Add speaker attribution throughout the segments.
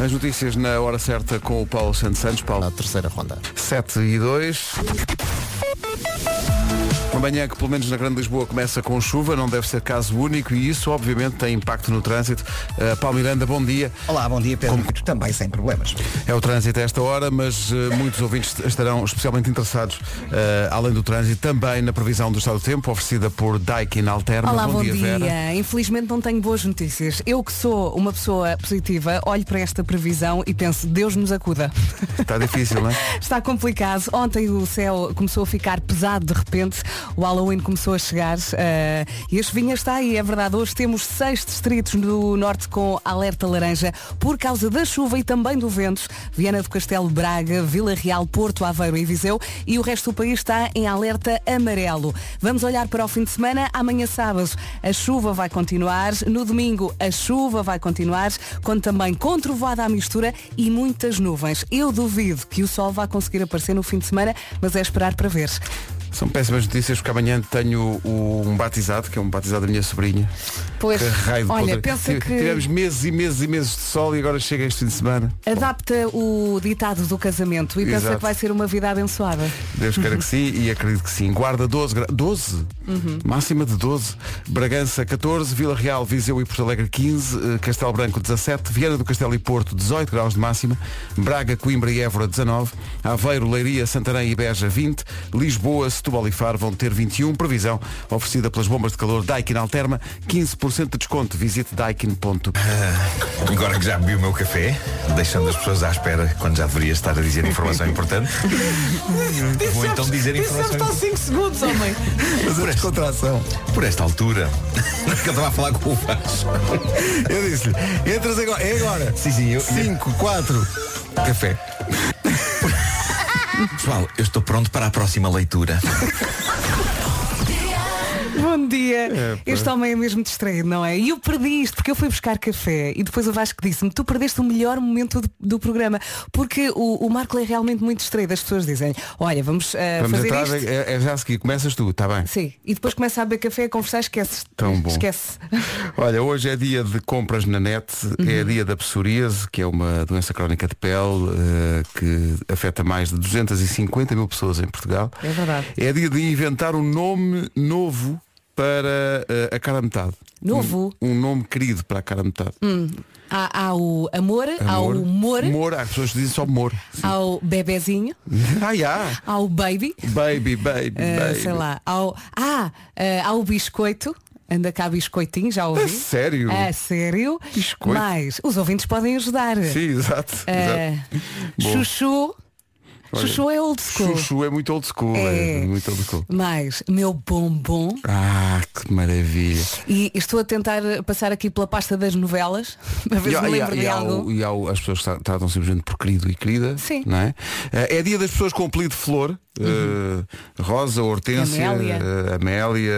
Speaker 1: As notícias na hora certa com o Paulo Santos Santos.
Speaker 2: A
Speaker 1: Paulo,
Speaker 2: terceira ronda.
Speaker 1: 7 e 2. Uma manhã que, pelo menos na Grande Lisboa, começa com chuva, não deve ser caso único e isso, obviamente, tem impacto no trânsito. Uh, Paulo Miranda, bom dia.
Speaker 3: Olá, bom dia Pedro. Também sem problemas.
Speaker 1: É o trânsito a esta hora, mas eh, muitos ouvintes estarão especialmente interessados, eh, além do trânsito, também na previsão do estado do tempo, oferecida por Daikin Alterma.
Speaker 4: Olá, bom, dia.
Speaker 1: Vera.
Speaker 4: Infelizmente não tenho boas notícias. Eu que sou uma pessoa positiva, olho para esta previsão e penso, Deus nos acuda.
Speaker 1: Está difícil, não é?
Speaker 4: Está complicado. Ontem o céu começou a ficar pesado de repente. O Halloween começou a chegar. eh, e a chuvinha está aí, é verdade. Hoje temos seis distritos do norte com alerta laranja por causa da chuva e também do vento. Viana do Castelo, Braga, Vila Real, Porto, Aveiro e Viseu. E o resto do país está em alerta amarelo. Vamos olhar para o fim de semana. Amanhã sábado a chuva vai continuar. No domingo a chuva vai continuar, quando também com trovoada à mistura e muitas nuvens. Eu duvido que o sol vá conseguir aparecer no fim de semana, mas é esperar para ver.
Speaker 1: São péssimas notícias porque amanhã tenho o- um batizado, que é um batizado da minha sobrinha.
Speaker 4: Pois,
Speaker 1: Que raio de
Speaker 4: olha,
Speaker 1: podre.
Speaker 4: pensa
Speaker 1: Tive-
Speaker 4: que-
Speaker 1: Tivemos meses e meses e meses de sol e agora chega este fim de semana.
Speaker 4: Adapta o ditado do casamento e pensa
Speaker 1: Exato.
Speaker 4: que vai ser uma vida abençoada.
Speaker 1: Deus queira que sim e acredito que sim. Guarda 12, gra- 12?
Speaker 4: Uhum.
Speaker 1: Máxima de 12. Bragança 14, Vila Real, Viseu e Porto Alegre 15, eh, Castelo Branco 17, Viana do Castelo e Porto 18 graus de máxima, Braga, Coimbra e Évora 19, Aveiro, Leiria, Santarém e Beja 20, Lisboa, Setúbal e Faro vão ter 21, previsão oferecida pelas bombas de calor Daikin Alterma, 15% de desconto. Visite daikin.com.
Speaker 5: Agora que já bebi o meu café, deixando as pessoas à espera quando já deveria estar a dizer informação importante, vou então dizer informação importante.
Speaker 4: 5 segundos, homem.
Speaker 5: Por esta,
Speaker 2: Contração.
Speaker 5: por esta altura, que eu estava a falar com o Vasco.
Speaker 2: Eu disse-lhe, entras agora. É agora.
Speaker 5: Sim, sim, eu.
Speaker 2: 5, 4.
Speaker 5: Café. Pessoal, eu estou pronto para a próxima leitura.
Speaker 4: Bom dia. este homem é mesmo distraído, não é? E eu perdi isto porque eu fui buscar café e depois o Vasco disse-me, tu perdeste o melhor momento do, do programa. Porque o, o Marco é realmente muito distraído. As pessoas dizem, olha, vamos, eh,
Speaker 1: Vamos
Speaker 4: fazer
Speaker 1: entrar,
Speaker 4: isto.
Speaker 1: é, é já a seguir. Começas tu, está bem?
Speaker 4: Sim, e depois começa a beber café, a conversar, esquece.
Speaker 1: Tão bom.
Speaker 4: Esquece.
Speaker 1: Olha, hoje é dia de compras na net,
Speaker 4: Uhum.
Speaker 1: é dia da psoríase, que é uma doença crónica de pele eh, que afeta mais de 250 mil pessoas em Portugal.
Speaker 4: É verdade.
Speaker 1: É dia de inventar um nome novo para eh, a cara a metade.
Speaker 4: Novo?
Speaker 1: Um, um nome querido para a cara a metade.
Speaker 4: Há, há o amor, há o humor,
Speaker 1: Humor, há pessoas que dizem só humor.
Speaker 4: há o bebezinho,
Speaker 1: ah, yeah.
Speaker 4: há o baby,
Speaker 1: Baby, baby,
Speaker 4: eh,
Speaker 1: baby.
Speaker 4: sei lá, há o, ah, eh, há o biscoito. Anda cá biscoitinho, já ouvi.
Speaker 1: A sério?
Speaker 4: A sério.
Speaker 1: Biscoito?
Speaker 4: Mas os ouvintes podem ajudar.
Speaker 1: Sim, exato.
Speaker 4: Eh,
Speaker 1: exato. Bom.
Speaker 4: chuchu.
Speaker 1: Olha,
Speaker 4: chuchu é old school.
Speaker 1: Chuchu é muito old school. É.
Speaker 4: É.
Speaker 1: muito old school.
Speaker 4: Mas meu bombom.
Speaker 1: Ah, que maravilha.
Speaker 4: E estou a tentar passar aqui pela pasta das novelas. Para ver
Speaker 1: E
Speaker 4: se
Speaker 1: há-
Speaker 4: me
Speaker 1: e
Speaker 4: lembro
Speaker 1: há-
Speaker 4: de
Speaker 1: e há
Speaker 4: algo.
Speaker 1: o- e há o- as pessoas tra- tratam simplesmente por querido e querida.
Speaker 4: Sim.
Speaker 1: Não é? Eh, É dia das pessoas com apelido de flor. eh, Rosa, Hortência,
Speaker 4: Uhum. Amélia.
Speaker 1: eh, Amélia,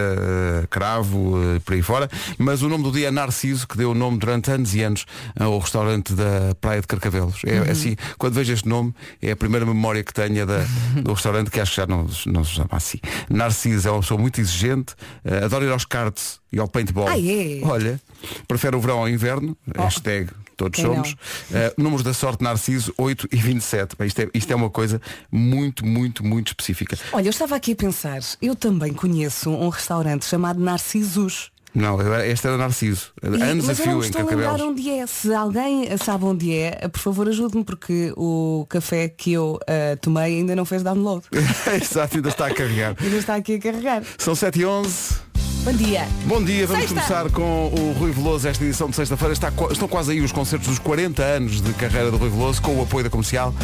Speaker 1: eh, Cravo, eh, por aí fora. Mas o nome do dia é Narciso, que deu o nome durante anos e anos ao restaurante da Praia de Carcavelos. É
Speaker 4: Uhum.
Speaker 1: assim, quando vejo este nome, é a primeira memória que tenho é da, do restaurante, que acho que já não, não se chama assim. Narciso é uma pessoa muito exigente, eh, adora ir aos cartes e ao paintball.
Speaker 4: Ah, é?
Speaker 1: Olha, prefere o verão ao inverno, hashtag todos
Speaker 4: Oh. Quem não?
Speaker 1: somos. Eh, números da sorte Narciso 8 e 27. Bem, isto, é, isto é uma coisa muito, muito, muito específica.
Speaker 4: Olha, eu estava aqui a pensar, eu também conheço um restaurante chamado Narcisos.
Speaker 1: Não, eu- este era Narciso.
Speaker 4: E-
Speaker 1: Anos a
Speaker 4: mas eu não
Speaker 1: fio
Speaker 4: me
Speaker 1: em
Speaker 4: estou a lembrar
Speaker 1: Carcavelos.
Speaker 4: onde é. Se alguém sabe onde é, por favor ajude-me, porque o café que eu ah, tomei ainda não fez download.
Speaker 1: Exato, ainda está a carregar.
Speaker 4: Ainda está aqui a carregar.
Speaker 1: São 7 e 11
Speaker 4: Bom dia.
Speaker 1: Bom dia, vamos
Speaker 4: Sexta.
Speaker 1: começar com o Rui Veloso esta edição de sexta-feira. Está qua- Estão quase aí os concertos dos 40 anos de carreira do Rui Veloso com o apoio da comercial.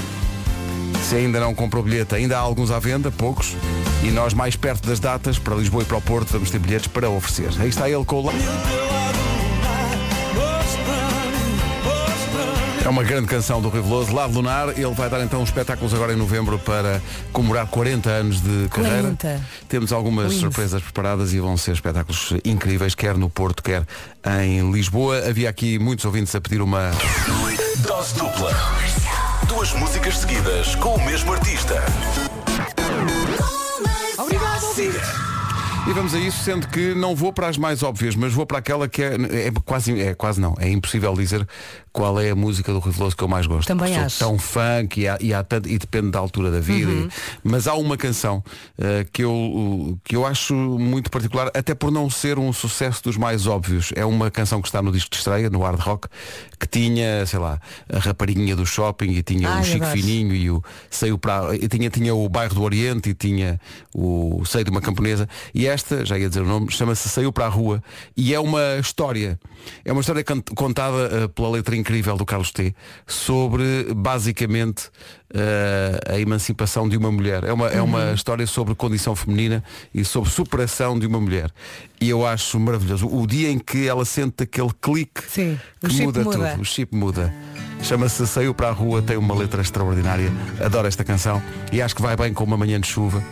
Speaker 1: Se ainda não comprou bilhete, ainda há alguns à venda, poucos. E nós, mais perto das datas, para Lisboa e para o Porto, vamos ter bilhetes para oferecer. Aí está ele com o... La- É uma grande canção do Rui Veloso, Lado Lunar. Ele vai dar então espetáculos agora em novembro para comemorar 40 anos de carreira.
Speaker 4: 40.
Speaker 1: Temos algumas
Speaker 4: Lindo.
Speaker 1: surpresas preparadas e vão ser espetáculos incríveis, quer no Porto, quer em Lisboa. Havia aqui muitos ouvintes a pedir uma.
Speaker 6: Dose dupla. Duas músicas seguidas com o mesmo artista.
Speaker 4: Obrigado, ouvinte.
Speaker 1: E vamos a isso, sendo que não vou para as mais óbvias, mas vou para aquela que é, é quase, é quase não, é impossível dizer qual é a música do Rui Veloso que eu mais gosto.
Speaker 4: Também
Speaker 1: Sou
Speaker 4: acho. Uhum.
Speaker 1: tão funk e, há, e, há tanto- e depende da altura da vida. e- mas há uma canção eh, que, eu, que eu acho muito particular, até por não ser um sucesso dos mais óbvios. É uma canção que está no disco de estreia, no Hard Rock, que tinha, sei lá, a rapariguinha do shopping e tinha
Speaker 4: Ai,
Speaker 1: o Chico
Speaker 4: adoro.
Speaker 1: Fininho e o saiu para e tinha, tinha o bairro do Oriente e tinha o Seio de uma Camponesa. E esta, já ia dizer o nome, chama-se Saiu para a Rua e é uma história. É uma história cont- contada eh, pela letra incrível do Carlos T sobre basicamente eh, a emancipação de uma mulher. É uma, é
Speaker 4: Uhum.
Speaker 1: uma história sobre condição feminina e sobre superação de uma mulher. E eu acho maravilhoso. O dia em que ela sente aquele clique
Speaker 4: Sim, o
Speaker 1: que
Speaker 4: chip
Speaker 1: muda,
Speaker 4: muda.
Speaker 1: tudo. O chip muda. Chama-se Saiu para a Rua, tem uma letra extraordinária. Adoro esta canção e acho que vai bem com uma manhã de chuva.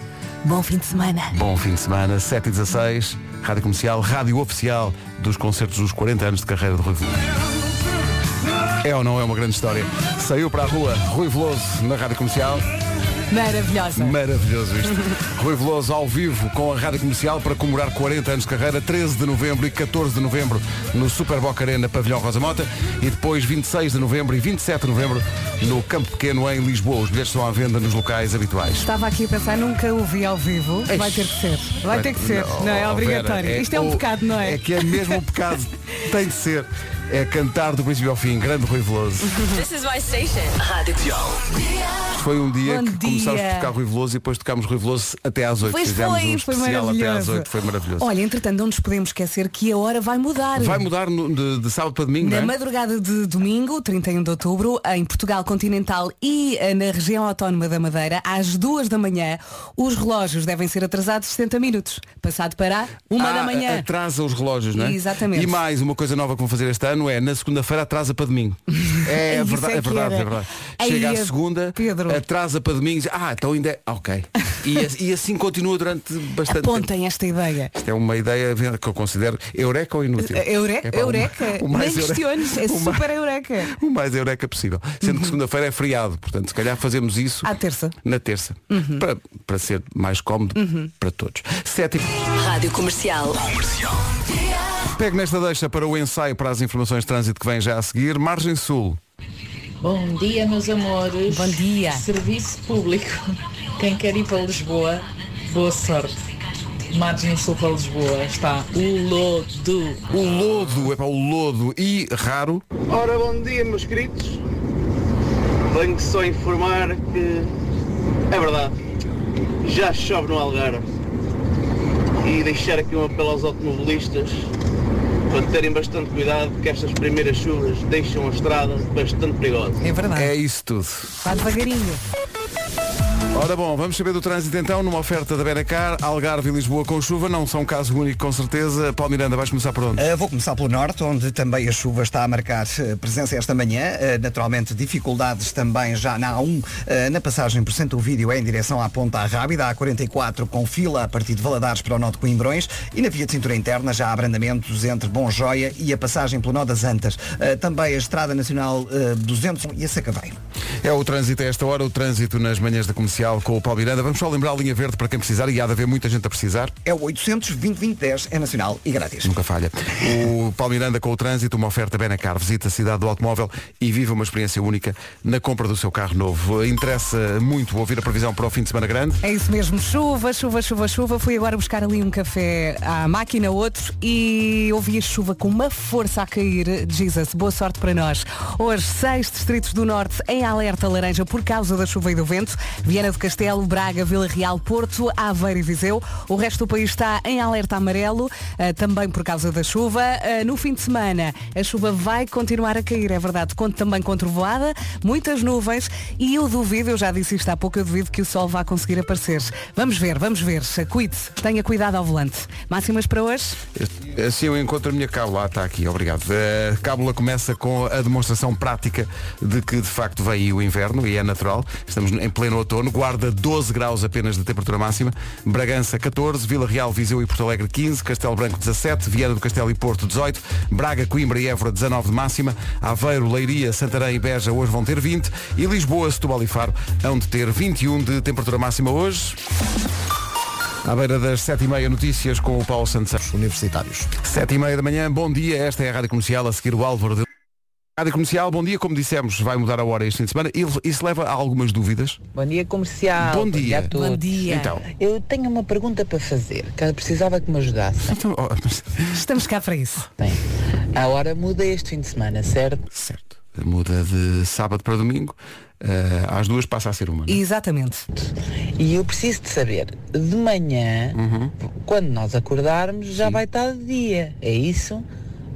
Speaker 4: Bom fim de semana.
Speaker 1: Bom fim de semana, 7 e 16 Rádio Comercial, rádio oficial dos concertos dos 40 anos de carreira de Rui Veloso. É ou não é uma grande história? Saiu para a rua Rui Veloso na Rádio Comercial.
Speaker 4: Maravilhosa.
Speaker 1: Maravilhoso isto. Rui Veloso ao vivo com a Rádio Comercial para comemorar 40 anos de carreira, 13 de novembro e 14 de novembro no Super Boca Arena Pavilhão Rosa Mota e depois 26 de novembro e 27 de novembro no Campo Pequeno em Lisboa. Os bilhetes estão à venda nos locais habituais.
Speaker 4: Estava aqui a pensar, nunca o vi ao vivo. Vai ter que ser. Vai ter que ser. Não, é
Speaker 1: oh,
Speaker 4: obrigatório.
Speaker 1: Vera,
Speaker 4: Isto é um
Speaker 1: o-
Speaker 4: pecado, não é?
Speaker 1: É que é mesmo um pecado, tem de ser. É cantar do princípio ao fim, grande Rui Veloso.
Speaker 7: This is my station.
Speaker 1: Foi um dia
Speaker 4: Bom
Speaker 1: que
Speaker 4: dia.
Speaker 1: começámos a tocar Rui Veloso e depois tocámos Rui Veloso até às 8.
Speaker 4: Pois
Speaker 1: Fizemos
Speaker 4: foi,
Speaker 1: um
Speaker 4: foi
Speaker 1: especial até às
Speaker 4: maravilhoso.
Speaker 1: 8, foi maravilhoso.
Speaker 4: Olha, entretanto, não nos podemos esquecer que a hora vai mudar.
Speaker 1: é- Vai mudar no- de, de sábado para domingo,
Speaker 4: Na
Speaker 1: não é?
Speaker 4: madrugada de domingo, 31 de outubro, em Portugal continental e eh, na região autónoma da Madeira, às duas da manhã, os relógios devem ser atrasados 60 minutos. Passado para uma
Speaker 1: Ah,
Speaker 4: da manhã.
Speaker 1: Atrasa os relógios, não é?
Speaker 4: Exatamente.
Speaker 1: E mais, uma coisa nova que vão fazer este ano é na segunda-feira atrasa para domingo. É,
Speaker 4: Isso
Speaker 1: verdade,
Speaker 4: é
Speaker 1: é
Speaker 4: que
Speaker 1: verdade,
Speaker 4: era.
Speaker 1: é verdade.
Speaker 4: Aí
Speaker 1: Chega à
Speaker 4: é-
Speaker 1: segunda,
Speaker 4: Pedro.
Speaker 1: atrasa para domingo. diz, Ah, então ainda é. ah, Ok. E, as- e assim continua durante bastante tempo.
Speaker 4: Apontem esta ideia.
Speaker 1: Isto é uma ideia que eu considero eureka ou inútil.
Speaker 4: Eureka,
Speaker 1: É pá, o-
Speaker 4: eureka.
Speaker 1: o mais
Speaker 4: Nem
Speaker 1: eure-
Speaker 4: questiones, é
Speaker 1: o mais-
Speaker 4: super eureka.
Speaker 1: O mais eureka possível. Sendo que segunda-feira é feriado, portanto, se calhar fazemos isso
Speaker 4: Uhum. À terça. Uhum.
Speaker 1: na terça. Para, para ser mais cómodo para todos. Sete e...
Speaker 7: Rádio Comercial.
Speaker 1: Pego nesta deixa para o ensaio para as informações de trânsito que vem já a seguir. Margem Sul.
Speaker 8: Bom dia, meus amores.
Speaker 4: Bom dia.
Speaker 8: Serviço público. Quem quer ir para Lisboa, boa sorte. Margem Sul para Lisboa está o lodo.
Speaker 1: O lodo, é para o lodo e raro.
Speaker 9: Ora, bom dia, meus queridos. Venho só informar que é verdade, já chove no Algarve. E deixar aqui um apelo aos automobilistas para terem bastante cuidado, porque estas primeiras chuvas deixam a estrada bastante perigosa.
Speaker 4: É verdade.
Speaker 1: É isso tudo.
Speaker 4: Vá devagarinho.
Speaker 1: Ora bom, vamos saber do trânsito então, numa oferta da Benacar, Algarve e Lisboa com chuva, não são um caso único com certeza. Paulo Miranda, vais começar por onde?
Speaker 3: Uh, vou começar pelo norte, onde também a chuva está a marcar uh, presença esta manhã. Uh, naturalmente, dificuldades também já na A1, uh, na passagem por Santo Vídeo é em direção à Ponta Rábida, a 44 com fila a partir de Valadares para o Nó de Coimbrões e na via de cintura interna já há abrandamentos entre Bom Joia e a passagem pelo Nó das Antas. Uh, também a Estrada Nacional uh, 201 e a Sacaveiro.
Speaker 1: É o trânsito a esta hora, o trânsito nas manhãs da comercial com o Paulo Miranda. Vamos só lembrar a linha verde para quem precisar e há de haver muita gente a precisar.
Speaker 3: É o 800 2010 é nacional e grátis.
Speaker 1: Nunca falha. O Paulo Miranda com o trânsito, uma oferta Benacar. Visita a cidade do automóvel e viva uma experiência única na compra do seu carro novo. Interessa muito ouvir a previsão para o fim de semana grande.
Speaker 4: É isso mesmo, chuva, chuva, chuva, chuva. Fui agora buscar ali um café à máquina, outro, e ouvi a chuva com uma força a cair. Jesus, boa sorte para nós. Hoje, seis distritos do Norte em alerta laranja por causa da chuva e do vento. Viana do Castelo, Braga, Vila Real, Porto, Aveiro e Viseu. O resto do país está em alerta amarelo, eh, também por causa da chuva. Eh, no fim de semana, a chuva vai continuar a cair, é verdade. Conto também com trovoada, muitas nuvens e eu duvido, eu já disse isto há pouco, eu duvido que o sol vá conseguir aparecer. Vamos ver, vamos ver. Cuide-se, tenha cuidado ao volante. Máximas para hoje?
Speaker 1: Este- Assim eu encontro a minha cábula. Ah, está aqui, obrigado. A cábula começa com a demonstração prática de que de facto vem aí o inverno e é natural. Estamos em pleno outono. Guarda 12 graus apenas de temperatura máxima. Bragança 14, Vila Real, Viseu e Porto Alegre 15, Castelo Branco 17, Vieira do Castelo e Porto 18, Braga, Coimbra e Évora 19 de máxima, Aveiro, Leiria, Santarém e Beja hoje vão ter 20 e Lisboa, Setúbal e Faro hão de ter 21 de temperatura máxima hoje. À beira das 7h30 notícias com o Paulo Santos.
Speaker 2: Universitários.
Speaker 1: Sete e meia da manhã, bom dia, esta é a Rádio Comercial, a seguir o Álvaro de... Rádio Comercial, bom dia. Como dissemos, vai mudar a hora este fim de semana. Ele- Isso leva a algumas dúvidas.
Speaker 10: Bom dia comercial.
Speaker 1: Bom dia.
Speaker 10: a todos.
Speaker 4: Bom dia.
Speaker 1: Então.
Speaker 10: Eu tenho uma pergunta para fazer, que eu precisava que me ajudassem.
Speaker 1: Então, oh, mas-
Speaker 4: Estamos cá para isso.
Speaker 10: Bem, a hora muda este fim de semana, certo?
Speaker 1: certo. Muda de sábado para domingo. eh, às duas passa a ser uma. não é?
Speaker 4: Exatamente.
Speaker 10: E eu preciso de saber, de manhã, quando nós acordarmos, já vai estar de dia. É isso?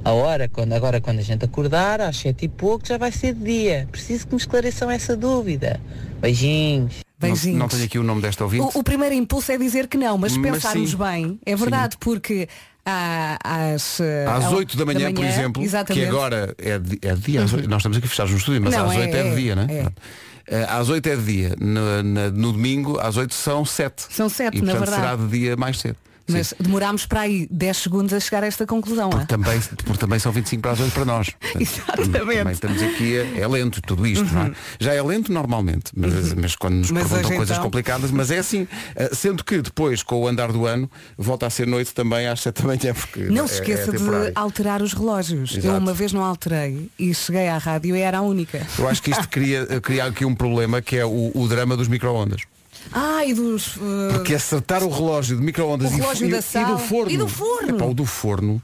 Speaker 10: A hora, quando, agora quando a gente acordar, às sete e pouco, já vai ser de dia. Preciso que me esclareçam essa dúvida. Beijinhos.
Speaker 1: Não,
Speaker 4: Beijinhos.
Speaker 1: não tenho aqui o nome desta ouvinte.
Speaker 4: O, o primeiro impulso é dizer que não, mas se
Speaker 1: Mas
Speaker 4: pensarmos
Speaker 1: sim.
Speaker 4: bem, é verdade, porque há- às, eh,
Speaker 1: Às
Speaker 4: ao-
Speaker 1: 8 da manhã, por exemplo,
Speaker 4: exatamente, Uhum.
Speaker 1: que agora é de, é de dia, às oito- nós estamos aqui fechados no estúdio, mas
Speaker 4: Não,
Speaker 1: às
Speaker 4: é-
Speaker 1: 8 é, de
Speaker 4: é-
Speaker 1: dia, não é?
Speaker 4: é.
Speaker 1: Pronto. Eh, Às 8 é de dia, no, na- no domingo às 8 são 7.
Speaker 4: São sete,
Speaker 1: e,
Speaker 4: na
Speaker 1: portanto,
Speaker 4: verdade.
Speaker 1: será de dia mais cedo. Sim.
Speaker 4: mas demorámos para aí 10 segundos a chegar a esta conclusão.
Speaker 1: Porque
Speaker 4: ah?
Speaker 1: também, porque também são 25 para as 8 para nós. Portanto,
Speaker 4: Exatamente. Uhum.
Speaker 1: Também estamos aqui, a- é lento tudo isto, não é? Já é lento normalmente, mas, mas quando nos
Speaker 4: Mas
Speaker 1: perguntam
Speaker 4: hoje,
Speaker 1: coisas
Speaker 4: então?
Speaker 1: complicadas, mas é assim. Ah, Sendo que depois, com o andar do ano, volta a ser noite também às 7 da manhã, porque
Speaker 4: Não
Speaker 1: é-
Speaker 4: se esqueça
Speaker 1: é
Speaker 4: de
Speaker 1: temporário.
Speaker 4: alterar os relógios. Eu
Speaker 1: Exato.
Speaker 4: uma vez não alterei e cheguei à rádio e era a única.
Speaker 1: Eu acho que isto cria, cria aqui um problema que é o, o drama dos microondas.
Speaker 4: Ah, e dos. eh,
Speaker 1: Porque acertar o relógio de microondas
Speaker 4: O
Speaker 1: e-
Speaker 4: relógio
Speaker 1: e,
Speaker 4: da
Speaker 1: e
Speaker 4: sala.
Speaker 1: do forno.
Speaker 4: E do forno.
Speaker 1: Epá, o do forno.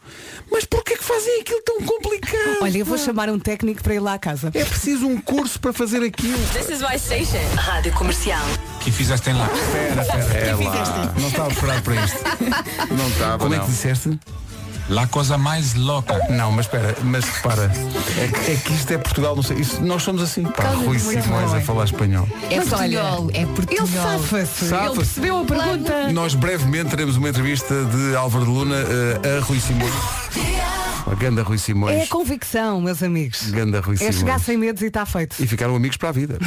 Speaker 1: Mas porquê que fazem aquilo tão complicado?
Speaker 4: Olha, eu vou
Speaker 1: pá?
Speaker 4: chamar um técnico para ir lá à casa.
Speaker 1: É preciso um curso para fazer aquilo.
Speaker 7: This is my station. Rádio Comercial.
Speaker 5: E fizeste em lá.
Speaker 1: É lá. Não estava a esperar para isto. Não estava. Como é que disseste?
Speaker 5: Lá coisa mais louca.
Speaker 1: Não, mas espera, mas para. É que, é que isto é Portugal, não sei. Isto, nós somos assim. Pá, Rui Simões a falar espanhol.
Speaker 11: É
Speaker 4: Mas olha,
Speaker 11: portunhol, é portunhol.
Speaker 4: Ele safa-se. Ele
Speaker 1: Safa-se.
Speaker 4: percebeu a pergunta.
Speaker 1: Nós brevemente teremos uma entrevista de Álvaro de Luna eh, a Rui Simões. A ganda Rui
Speaker 4: É
Speaker 1: Simões.
Speaker 4: a convicção, meus amigos.
Speaker 1: Ganda Rui
Speaker 4: É
Speaker 1: Simões.
Speaker 4: chegar sem medos e está feito.
Speaker 1: E ficaram amigos para a vida.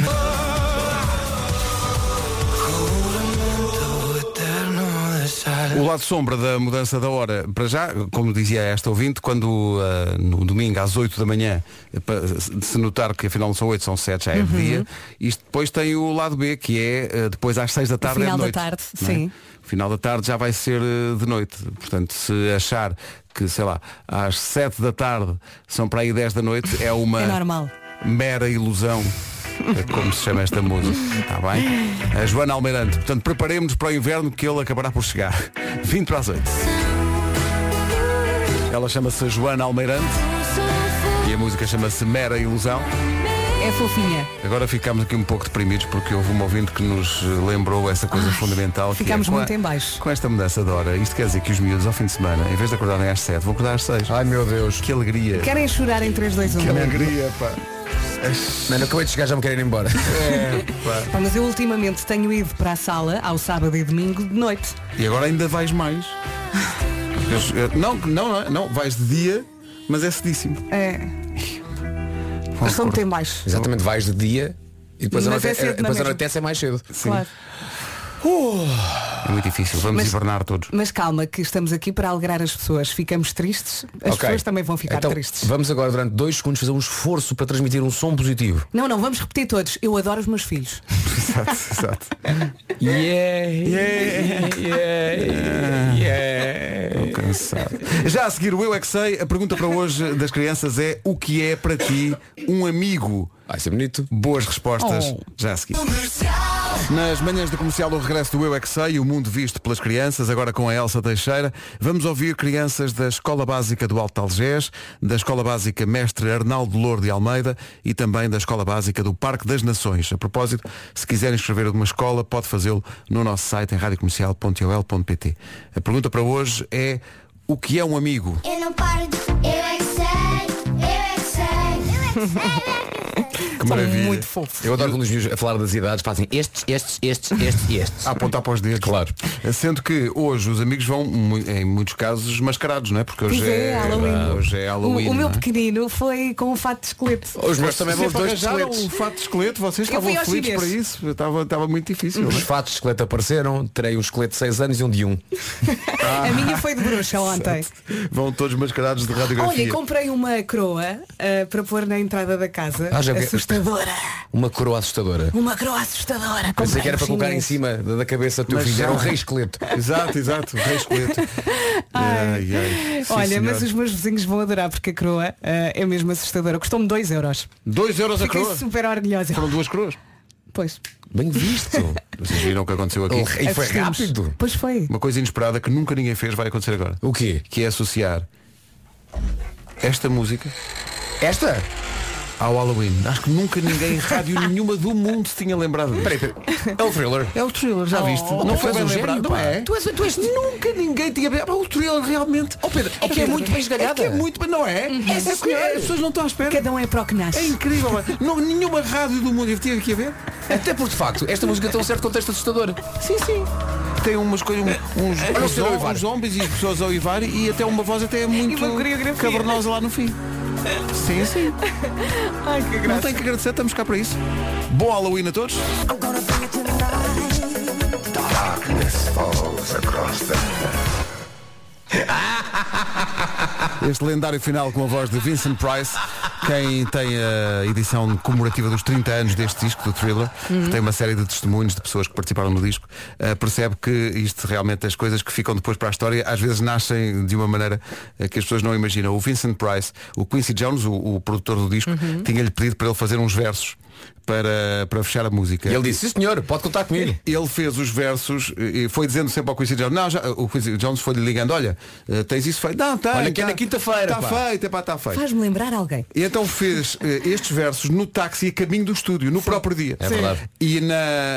Speaker 1: O lado sombra da mudança da hora, para já, como dizia esta ouvinte, quando ah, no domingo às 8 da manhã eh, pa- se notar que afinal não são 8, são 7, já é
Speaker 4: Uhum.
Speaker 1: de dia, isto depois tem o lado B, que é eh, depois às 6 da tarde é
Speaker 4: final
Speaker 1: de
Speaker 4: da
Speaker 1: noite.
Speaker 4: tarde,
Speaker 1: não é?
Speaker 4: sim.
Speaker 1: O final da tarde já vai ser eh, de noite. Portanto, se achar que, sei lá, às 7 da tarde são para aí 10 da noite, é uma
Speaker 4: É normal.
Speaker 1: mera ilusão. É Como se chama esta música, está bem? A Joana Almeirante. Portanto, preparemos-nos para o inverno que ele acabará por chegar. 20 para as 8. Ela chama-se Joana Almeirante e a música chama-se Mera Ilusão.
Speaker 4: É fofinha.
Speaker 1: Agora ficámos aqui um pouco deprimidos porque houve um ouvinte que nos lembrou essa coisa fundamental. que
Speaker 4: ficámos
Speaker 1: é com
Speaker 4: muito
Speaker 1: a-
Speaker 4: em baixo.
Speaker 1: Com esta mudança de hora, isto quer dizer que os miúdos ao fim de semana, em vez de acordarem às 7, vão acordar às 6.
Speaker 2: Ai meu Deus.
Speaker 1: Que alegria.
Speaker 4: Querem chorar em um. 3, 2, 1.
Speaker 1: alegria, pá.
Speaker 2: Mano, acabei de chegar, já me quero ir embora.
Speaker 4: Pá, Mas eu ultimamente tenho ido para a sala ao sábado e domingo de noite.
Speaker 1: E agora ainda vais mais. Eu- eu- não, não, não, não, vais de dia, mas é cedíssimo.
Speaker 4: É, mas são muito em baixo.
Speaker 2: Exatamente, vais de dia e depois,
Speaker 4: Mas é
Speaker 2: anoite-
Speaker 4: cedo na
Speaker 2: depois
Speaker 4: mesma.
Speaker 2: anoitece é mais cedo.
Speaker 4: Claro.
Speaker 1: É muito difícil, vamos
Speaker 4: Mas-
Speaker 1: hibernar todos.
Speaker 4: Mas calma, que estamos aqui para alegrar as pessoas. Ficamos tristes, as
Speaker 2: Ok.
Speaker 4: pessoas também vão
Speaker 1: Tá
Speaker 4: ficar
Speaker 2: então,
Speaker 4: tristes.
Speaker 2: Vamos agora durante dois segundos fazer um esforço para transmitir um som positivo.
Speaker 4: Não, não, vamos repetir todos. Eu adoro os meus filhos.
Speaker 1: exato, exato.
Speaker 2: Yeah, yeah, yeah, yeah.
Speaker 1: Estou cansado. Já a seguir o Eu é que sei, a pergunta para hoje das crianças é o que é para ti um amigo?
Speaker 2: Vai ser bonito.
Speaker 1: Boas respostas
Speaker 4: Oh.
Speaker 1: já a seguir. Nas manhãs do comercial o regresso do Eu é que sei, o mundo visto pelas crianças, agora com a Elsa Teixeira, vamos ouvir crianças da Escola Básica do Alto Algés, da Escola Básica Mestre Arnaldo Lourdes de Almeida e também da Escola Básica do Parque das Nações. A propósito, se quiserem escrever de uma escola, pode fazê-lo no nosso site em radiocomercial.ol.pt. A pergunta para hoje é o que é um amigo?
Speaker 11: Eu não paro de... Eu é que sei, eu é que sei, eu é que sei.
Speaker 1: Que maravilha.
Speaker 4: muito fofos.
Speaker 2: Eu adoro quando os vídeos a falar das idades fazem estes, estes, estes, estes e estes.
Speaker 1: A apontar para os dedos.
Speaker 2: Claro.
Speaker 1: Sendo que hoje os amigos vão, mu- em muitos casos, mascarados, não é? Porque hoje
Speaker 4: Pois é,
Speaker 1: é,
Speaker 4: Halloween.
Speaker 1: hoje é
Speaker 4: O,
Speaker 1: Halloween.
Speaker 4: o meu
Speaker 1: não é?
Speaker 4: pequenino foi com um fato de esqueleto.
Speaker 2: Os meus também vão os
Speaker 1: Sempre
Speaker 2: dois de
Speaker 1: arranjaram
Speaker 2: esqueletos.
Speaker 1: o um fato de esqueleto, vocês
Speaker 4: Eu fui
Speaker 1: estavam
Speaker 4: ao
Speaker 1: felizes para
Speaker 4: chinês.
Speaker 1: isso. Estava, estava muito difícil. não
Speaker 2: Os
Speaker 1: é?
Speaker 2: fatos de esqueleto apareceram, terei um esqueleto de 6 anos e um de 1.
Speaker 4: A minha foi de bruxa ontem.
Speaker 1: Vão todos é? mascarados de radiografia.
Speaker 4: Olha, comprei uma croa ah, para pôr na entrada da casa.
Speaker 2: Ah, já
Speaker 4: assim,
Speaker 2: vi-
Speaker 4: assustadora.
Speaker 2: Uma coroa assustadora.
Speaker 4: Uma croa assustadora. com
Speaker 2: Pensei que era para
Speaker 4: peixinhos.
Speaker 2: colocar em cima da da cabeça do teu
Speaker 1: Mas
Speaker 2: filho. Era um
Speaker 1: já.
Speaker 2: rei esqueleto.
Speaker 1: Exato, exato, rei esqueleto. Ai, ai. Sim,
Speaker 4: Olha,
Speaker 1: senhor.
Speaker 4: mas os meus vizinhos vão adorar porque a croa ah, é mesmo assustadora. Custou-me 2 euros.
Speaker 1: Dois euros a
Speaker 4: Fiquei
Speaker 1: croa?
Speaker 4: super orgulhosa.
Speaker 1: Foram duas croas.
Speaker 4: Pois.
Speaker 2: Bem visto.
Speaker 1: Vocês viram o que aconteceu aqui?
Speaker 2: E foi
Speaker 4: assistimos.
Speaker 2: rápido.
Speaker 4: Pois foi.
Speaker 1: Uma coisa inesperada que nunca ninguém fez vai acontecer agora.
Speaker 2: O quê?
Speaker 1: Que é associar esta música
Speaker 2: Esta?
Speaker 1: ao Halloween. Acho que nunca ninguém em rádio nenhuma do mundo se tinha lembrado disso.
Speaker 2: Peraí, peraí. É o thriller.
Speaker 1: É o thriller, já viste? Não foi
Speaker 2: és
Speaker 1: bem
Speaker 2: um
Speaker 1: lembrado,
Speaker 2: gênio,
Speaker 1: não
Speaker 2: pá.
Speaker 1: é? Tu és, tu és nunca ninguém tinha Ah, o thriller realmente. Oh Pedro,
Speaker 2: é que é muito bem esgalhada. Uhum.
Speaker 1: É que é muito, mas não é? É,
Speaker 4: sim,
Speaker 1: porque
Speaker 4: senhor.
Speaker 1: as pessoas não estão à espera.
Speaker 4: Cada um é para o que nasce.
Speaker 1: É incrível, mano. não, nenhuma rádio do mundo eu tive que a ver.
Speaker 2: Até porque de facto, esta música tem um certo contexto assustador.
Speaker 1: Sim, sim. Tem umas coisas, um- uns,
Speaker 2: Olha o
Speaker 1: uns,
Speaker 2: senhor
Speaker 1: zom-
Speaker 2: Oivar.
Speaker 1: uns zombies e pessoas a uivar e até uma voz até é muito
Speaker 4: uma coreografia.
Speaker 1: cavernosa lá no fim. Sim, sim.
Speaker 4: Ai, que
Speaker 1: Não
Speaker 4: graça.
Speaker 1: tem que agradecer, estamos cá para isso. Bom Halloween a todos. Este lendário final com a voz de Vincent Price, quem tem a edição comemorativa dos 30 anos deste disco do Thriller, que tem uma série de testemunhos de pessoas que participaram do disco, eh, percebe que isto realmente as coisas que ficam depois para a história às vezes nascem de uma maneira eh, que as pessoas não imaginam. O Vincent Price, o Quincy Jones, o, o produtor do disco, tinha-lhe pedido para ele fazer uns versos para, para fechar a música.
Speaker 2: E ele disse, sim senhor, pode contar comigo.
Speaker 1: Ele fez os versos e e foi dizendo sempre ao Quincy Jones, não, já, o Quincy Jones foi-lhe ligando, olha, eh, tens isso feito? Não, tem,
Speaker 2: Olha que é
Speaker 1: tá-
Speaker 2: na quinta-feira,
Speaker 1: Está
Speaker 2: pá."
Speaker 1: feito, pá, está feito.
Speaker 4: Faz-me lembrar alguém.
Speaker 1: E então fez eh, estes versos no táxi a caminho do estúdio, no próprio dia.
Speaker 2: É Sim. verdade.
Speaker 1: E na,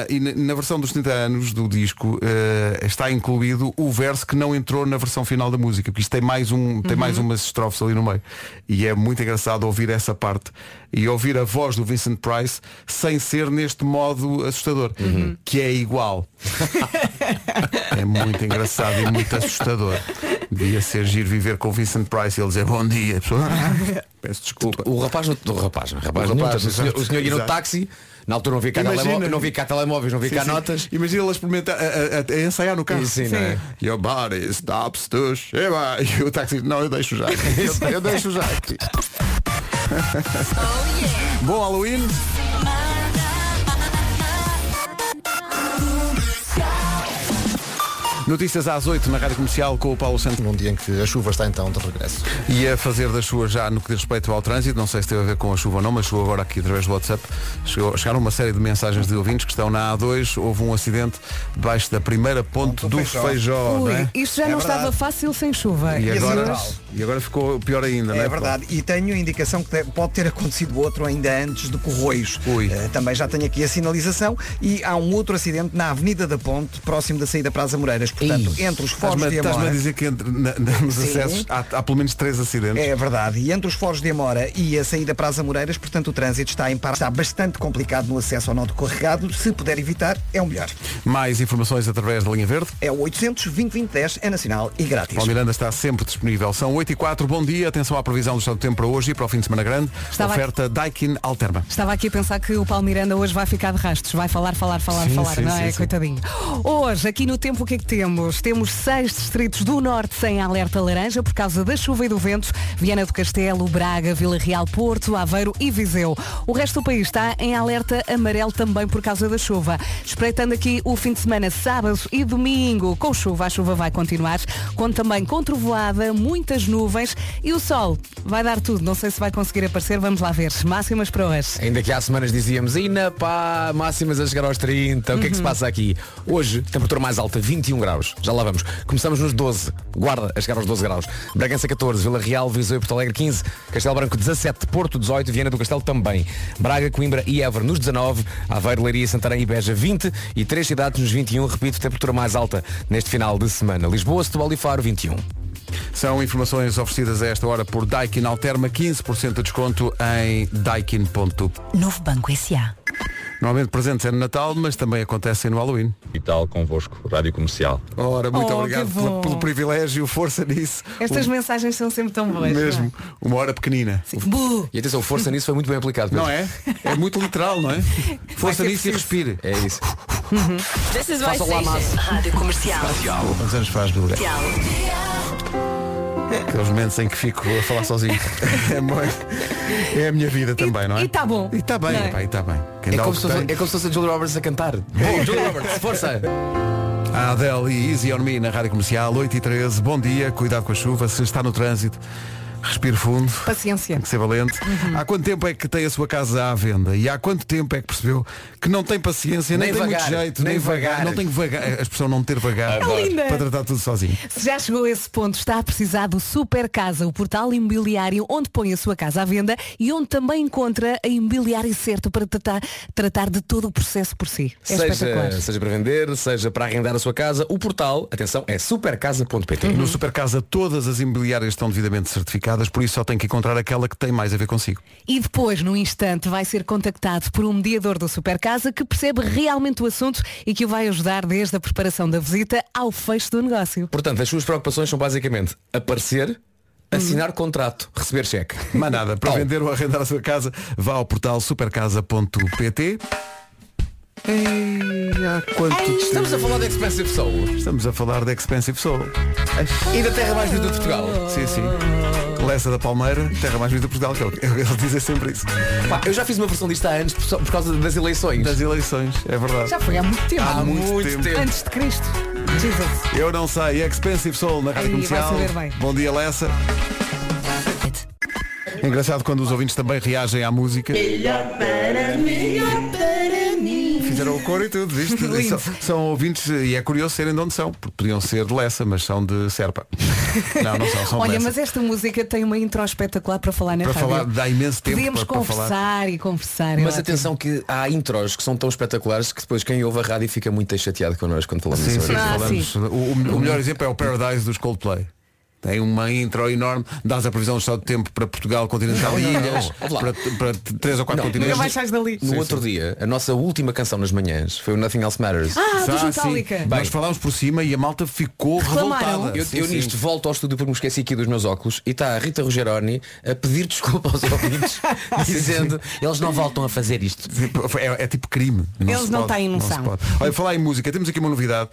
Speaker 1: e na- na versão dos 30 anos do disco eh, está incluído o verso que não entrou na versão final da música, porque isto tem mais, um,
Speaker 2: Uhum.
Speaker 1: tem mais umas estrofes ali no meio. E é muito engraçado ouvir essa parte e ouvir a voz do Vincent Price sem ser neste modo assustador,
Speaker 2: Uhum.
Speaker 1: que é igual. É muito engraçado e muito assustador. Devia ser giro viver com o Vincent Price e ele dizer bom dia. A pessoa, "Ah, Peço desculpa.
Speaker 2: O rapaz, no, o rapaz, o
Speaker 1: O rapaz,
Speaker 2: rapaz, não, o, senhor,
Speaker 1: exato,
Speaker 2: o senhor ia no
Speaker 1: exato.
Speaker 2: táxi, na altura não havia cá,
Speaker 1: Imagina.
Speaker 2: telemóveis, não havia cá telemóveis, não havia cá
Speaker 1: Sim, sim.
Speaker 2: notas.
Speaker 1: Imagina ele a experimentar, a, a- a ensaiar no carro.
Speaker 2: Sim, sim, não é?
Speaker 1: Your body stops to shiver. E o táxi, não, eu deixo já. Eu, eu deixo já aqui. Bom Halloween. Notícias às 8 na Rádio Comercial com o Paulo Santos.
Speaker 12: Num dia em que a chuva está então de regresso.
Speaker 1: E a fazer das suas já no que diz respeito ao trânsito, não sei se teve a ver com a chuva ou não, mas chegou agora aqui através do WhatsApp. Chegou- chegaram uma série de mensagens de ouvintes que estão na A2. Houve um acidente debaixo da primeira ponte do Feijó. não
Speaker 4: Ui,
Speaker 1: é?
Speaker 4: isto já
Speaker 3: É
Speaker 4: não
Speaker 3: verdade.
Speaker 4: estava fácil sem chuva.
Speaker 1: E
Speaker 3: E
Speaker 1: agora,
Speaker 3: assim,
Speaker 1: e agora ficou pior ainda, não é?
Speaker 3: É verdade, e tenho indicação que te- pode ter acontecido outro ainda antes de Corroios.
Speaker 1: Ui.
Speaker 3: Eh, também já tenho aqui a sinalização e há um outro acidente na Avenida da Ponte, próximo da saída para as Amoreiras. Portanto, entre os Foros
Speaker 1: Estás-me
Speaker 3: de
Speaker 1: estás-me a
Speaker 3: Amora.
Speaker 1: dizer que entre, na- na- nos
Speaker 3: Sim.
Speaker 1: acessos há, há pelo menos três acidentes.
Speaker 3: É verdade. E entre os Foros de Amora e a saída para as Amoreiras, portanto, o trânsito está em par. Está bastante complicado no acesso ao nó de carregado. Se puder evitar, é o melhor.
Speaker 1: Mais informações através da linha verde.
Speaker 3: É o 800 2010 é nacional e grátis.
Speaker 1: Paulo Miranda está sempre disponível. São 8 e 4 bom dia. Atenção à previsão do estado do tempo para hoje e para o fim de semana grande.
Speaker 4: Estava-
Speaker 1: Oferta Daikin Alterma.
Speaker 4: Estava aqui a pensar que o Paulo Miranda hoje vai ficar de rastros, vai falar, falar, falar,
Speaker 1: Sim,
Speaker 4: falar,
Speaker 1: sim,
Speaker 4: não
Speaker 1: sim,
Speaker 4: é?
Speaker 1: sim.
Speaker 4: Coitadinho. Hoje, aqui no tempo, o que é que temos? Temos seis distritos do norte sem alerta laranja por causa da chuva e do vento. Viana do Castelo, Braga, Vila Real, Porto, Aveiro e Viseu. O resto do país está em alerta amarelo também por causa da chuva. Espreitando aqui o fim de semana, sábado e domingo, com chuva, a chuva vai continuar, com também com trovoada, muitas nuvens e o sol vai dar tudo. Não sei se vai conseguir aparecer, vamos lá ver. Máximas para hoje.
Speaker 2: Ainda que há semanas dizíamos, ainda pá, máximas a chegar aos 30, o que é que se passa aqui? Hoje, temperatura mais alta, 21 graus, já lá vamos. Começamos nos 12, Guarda a chegar aos 12 graus. Bragança 14, Vila Real, Viseu e Porto Alegre 15, Castelo Branco 17, Porto 18, Viana do Castelo também. Braga, Coimbra e Évora nos 19, Aveiro, Leiria, Santarém e Beja 20 e três cidades nos 21, repito, temperatura mais alta neste final de semana. Lisboa, Setúbal e um. Faro 21.
Speaker 1: São informações oferecidas a esta hora por Daikin Alterma, 15% de desconto em daikin.tu.
Speaker 7: Novo Banco S.A.
Speaker 1: Normalmente presentes é no Natal, mas também acontecem no Halloween.
Speaker 13: e tal convosco, Rádio Comercial.
Speaker 1: Ora, muito
Speaker 4: Oh,
Speaker 1: obrigado
Speaker 4: que
Speaker 1: pela-
Speaker 4: bom.
Speaker 1: pelo, privilégio, força nisso.
Speaker 4: Estas é?
Speaker 1: Um-
Speaker 4: mensagens são sempre tão boas.
Speaker 1: mesmo, uma hora pequenina.
Speaker 4: Bu!
Speaker 2: E atenção, força nisso foi muito bem aplicado. Pedro.
Speaker 1: Não é? É muito literal, não é? Força
Speaker 4: ser
Speaker 1: nisso e respire.
Speaker 2: É isso.
Speaker 7: This is my station. Rádio Comercial.
Speaker 1: Quantos anos faz, Bilga? Aqueles momentos em que fico a falar sozinho. É, muito- é a minha vida também, não é?
Speaker 4: E está bom.
Speaker 1: E está bem,
Speaker 4: Não é?
Speaker 1: pá, e está bem. Quem
Speaker 2: É
Speaker 1: dá o
Speaker 2: como,
Speaker 1: que
Speaker 2: se fosse,
Speaker 1: tem.
Speaker 2: é como se fosse a Julie Roberts a cantar. Bom, Julie Roberts, força!
Speaker 1: A Adele e Easy on Me na Rádio Comercial, 8 e 13 Bom dia, cuidado com a chuva. Se está no trânsito, respire fundo.
Speaker 4: Paciência.
Speaker 1: Tem que ser valente.
Speaker 2: Uhum.
Speaker 1: Há quanto tempo é que tem a sua casa à venda? E há quanto tempo é que percebeu que não tem paciência, nem,
Speaker 2: Nem
Speaker 1: tem
Speaker 2: vagar,
Speaker 1: muito jeito,
Speaker 2: nem vagar.
Speaker 1: Não tem vagar. A expressão não ter vagar
Speaker 4: Adoro. É linda.
Speaker 1: para tratar tudo sozinho.
Speaker 4: Se já chegou a esse ponto, está a precisar do Super Casa, o portal imobiliário onde põe a sua casa à venda e onde também encontra a imobiliária certa para tratar, tratar de todo o processo por si. É espetacular.
Speaker 2: Seja, seja para vender, seja para arrendar a sua casa, o portal, atenção, é supercasa.pt.
Speaker 1: No Supercasa todas as imobiliárias estão devidamente certificadas, por isso só tem que encontrar aquela que tem mais a ver consigo.
Speaker 4: E depois, num instante, vai ser contactado por um mediador do Super Casa que percebe realmente o assunto e que o vai ajudar desde a preparação da visita ao fecho do negócio.
Speaker 2: Portanto, as suas preocupações são basicamente aparecer, assinar contrato, receber cheque.
Speaker 1: Mas nada, para vender ou arrendar a sua casa, vá ao portal supercasa.pt. Ei, há quanto
Speaker 2: Estamos a falar de Expensive Soul.
Speaker 1: Estamos a falar da Expensive Soul.
Speaker 2: E da terra mais bonita de Portugal.
Speaker 1: Sim, sim. Lessa da Palmeira, terra mais bonita de Portugal, que é o que eles dizem sempre isso.
Speaker 2: Pá, eu já fiz uma versão disto há anos por, só- por causa Oh. das eleições.
Speaker 1: Das eleições, é verdade.
Speaker 4: Já foi há muito tempo.
Speaker 1: Há muito tempo.
Speaker 4: Antes de Cristo. Jesus.
Speaker 1: Eu não sei, Expensive Soul na Rádio
Speaker 4: Aí, vai
Speaker 1: Comercial.
Speaker 4: saber bem.
Speaker 1: Bom dia, Lessa. É engraçado quando os ouvintes também reagem à música. Fizeram o coro e tudo, viste?
Speaker 4: Lindo.
Speaker 1: são, são ouvintes e é curioso serem de onde são, porque podiam ser de Lessa, mas são de Serpa. Não, não são, são de
Speaker 4: Olha,
Speaker 1: Lessa.
Speaker 2: é
Speaker 4: mas esta música tem uma intro espetacular para falar na
Speaker 1: Para
Speaker 4: rádio.
Speaker 1: falar, dá imenso tempo
Speaker 4: Podemos
Speaker 1: para- para falar.
Speaker 4: conversar e conversar. é
Speaker 2: Mas
Speaker 4: ótimo.
Speaker 2: atenção que há intros que são tão espetaculares que depois quem ouve a rádio fica muito chateado connosco quando falamos
Speaker 1: Sim,
Speaker 2: sobre
Speaker 1: sim,
Speaker 2: isso.
Speaker 1: falamos. O,
Speaker 2: Uhum.
Speaker 1: o- o melhor exemplo é o Paradise dos Coldplay. Tem uma intro enorme, dás a previsão do estado de tempo para Portugal, continental e
Speaker 2: Não, não, não.
Speaker 1: ilhas,
Speaker 2: Ouve lá.
Speaker 1: para, para três ou quatro
Speaker 2: Não,
Speaker 1: continentes.
Speaker 2: nunca mais sais
Speaker 4: dali.
Speaker 2: No
Speaker 1: Sim,
Speaker 2: outro dia, a nossa última canção nas manhãs foi o Nothing Else Matters.
Speaker 4: Ah, dos
Speaker 1: Ah,
Speaker 4: Metallica.
Speaker 1: sim. Nós falámos por cima e a malta ficou
Speaker 4: Reclamaram.
Speaker 5: Ah,
Speaker 1: revoltada.
Speaker 2: Eu,
Speaker 1: Sim,
Speaker 2: eu
Speaker 1: sim.
Speaker 2: nisto volto ao estúdio porque me esqueci aqui dos meus óculos e está a Rita Rogeroni a pedir desculpa aos ouvintes, dizendo eles não voltam a fazer isto.
Speaker 1: É, é tipo crime.
Speaker 4: Eles
Speaker 1: se
Speaker 4: não
Speaker 1: pode,
Speaker 4: têm
Speaker 1: se
Speaker 4: noção.
Speaker 1: pode. Olha, falar em música, temos aqui uma novidade.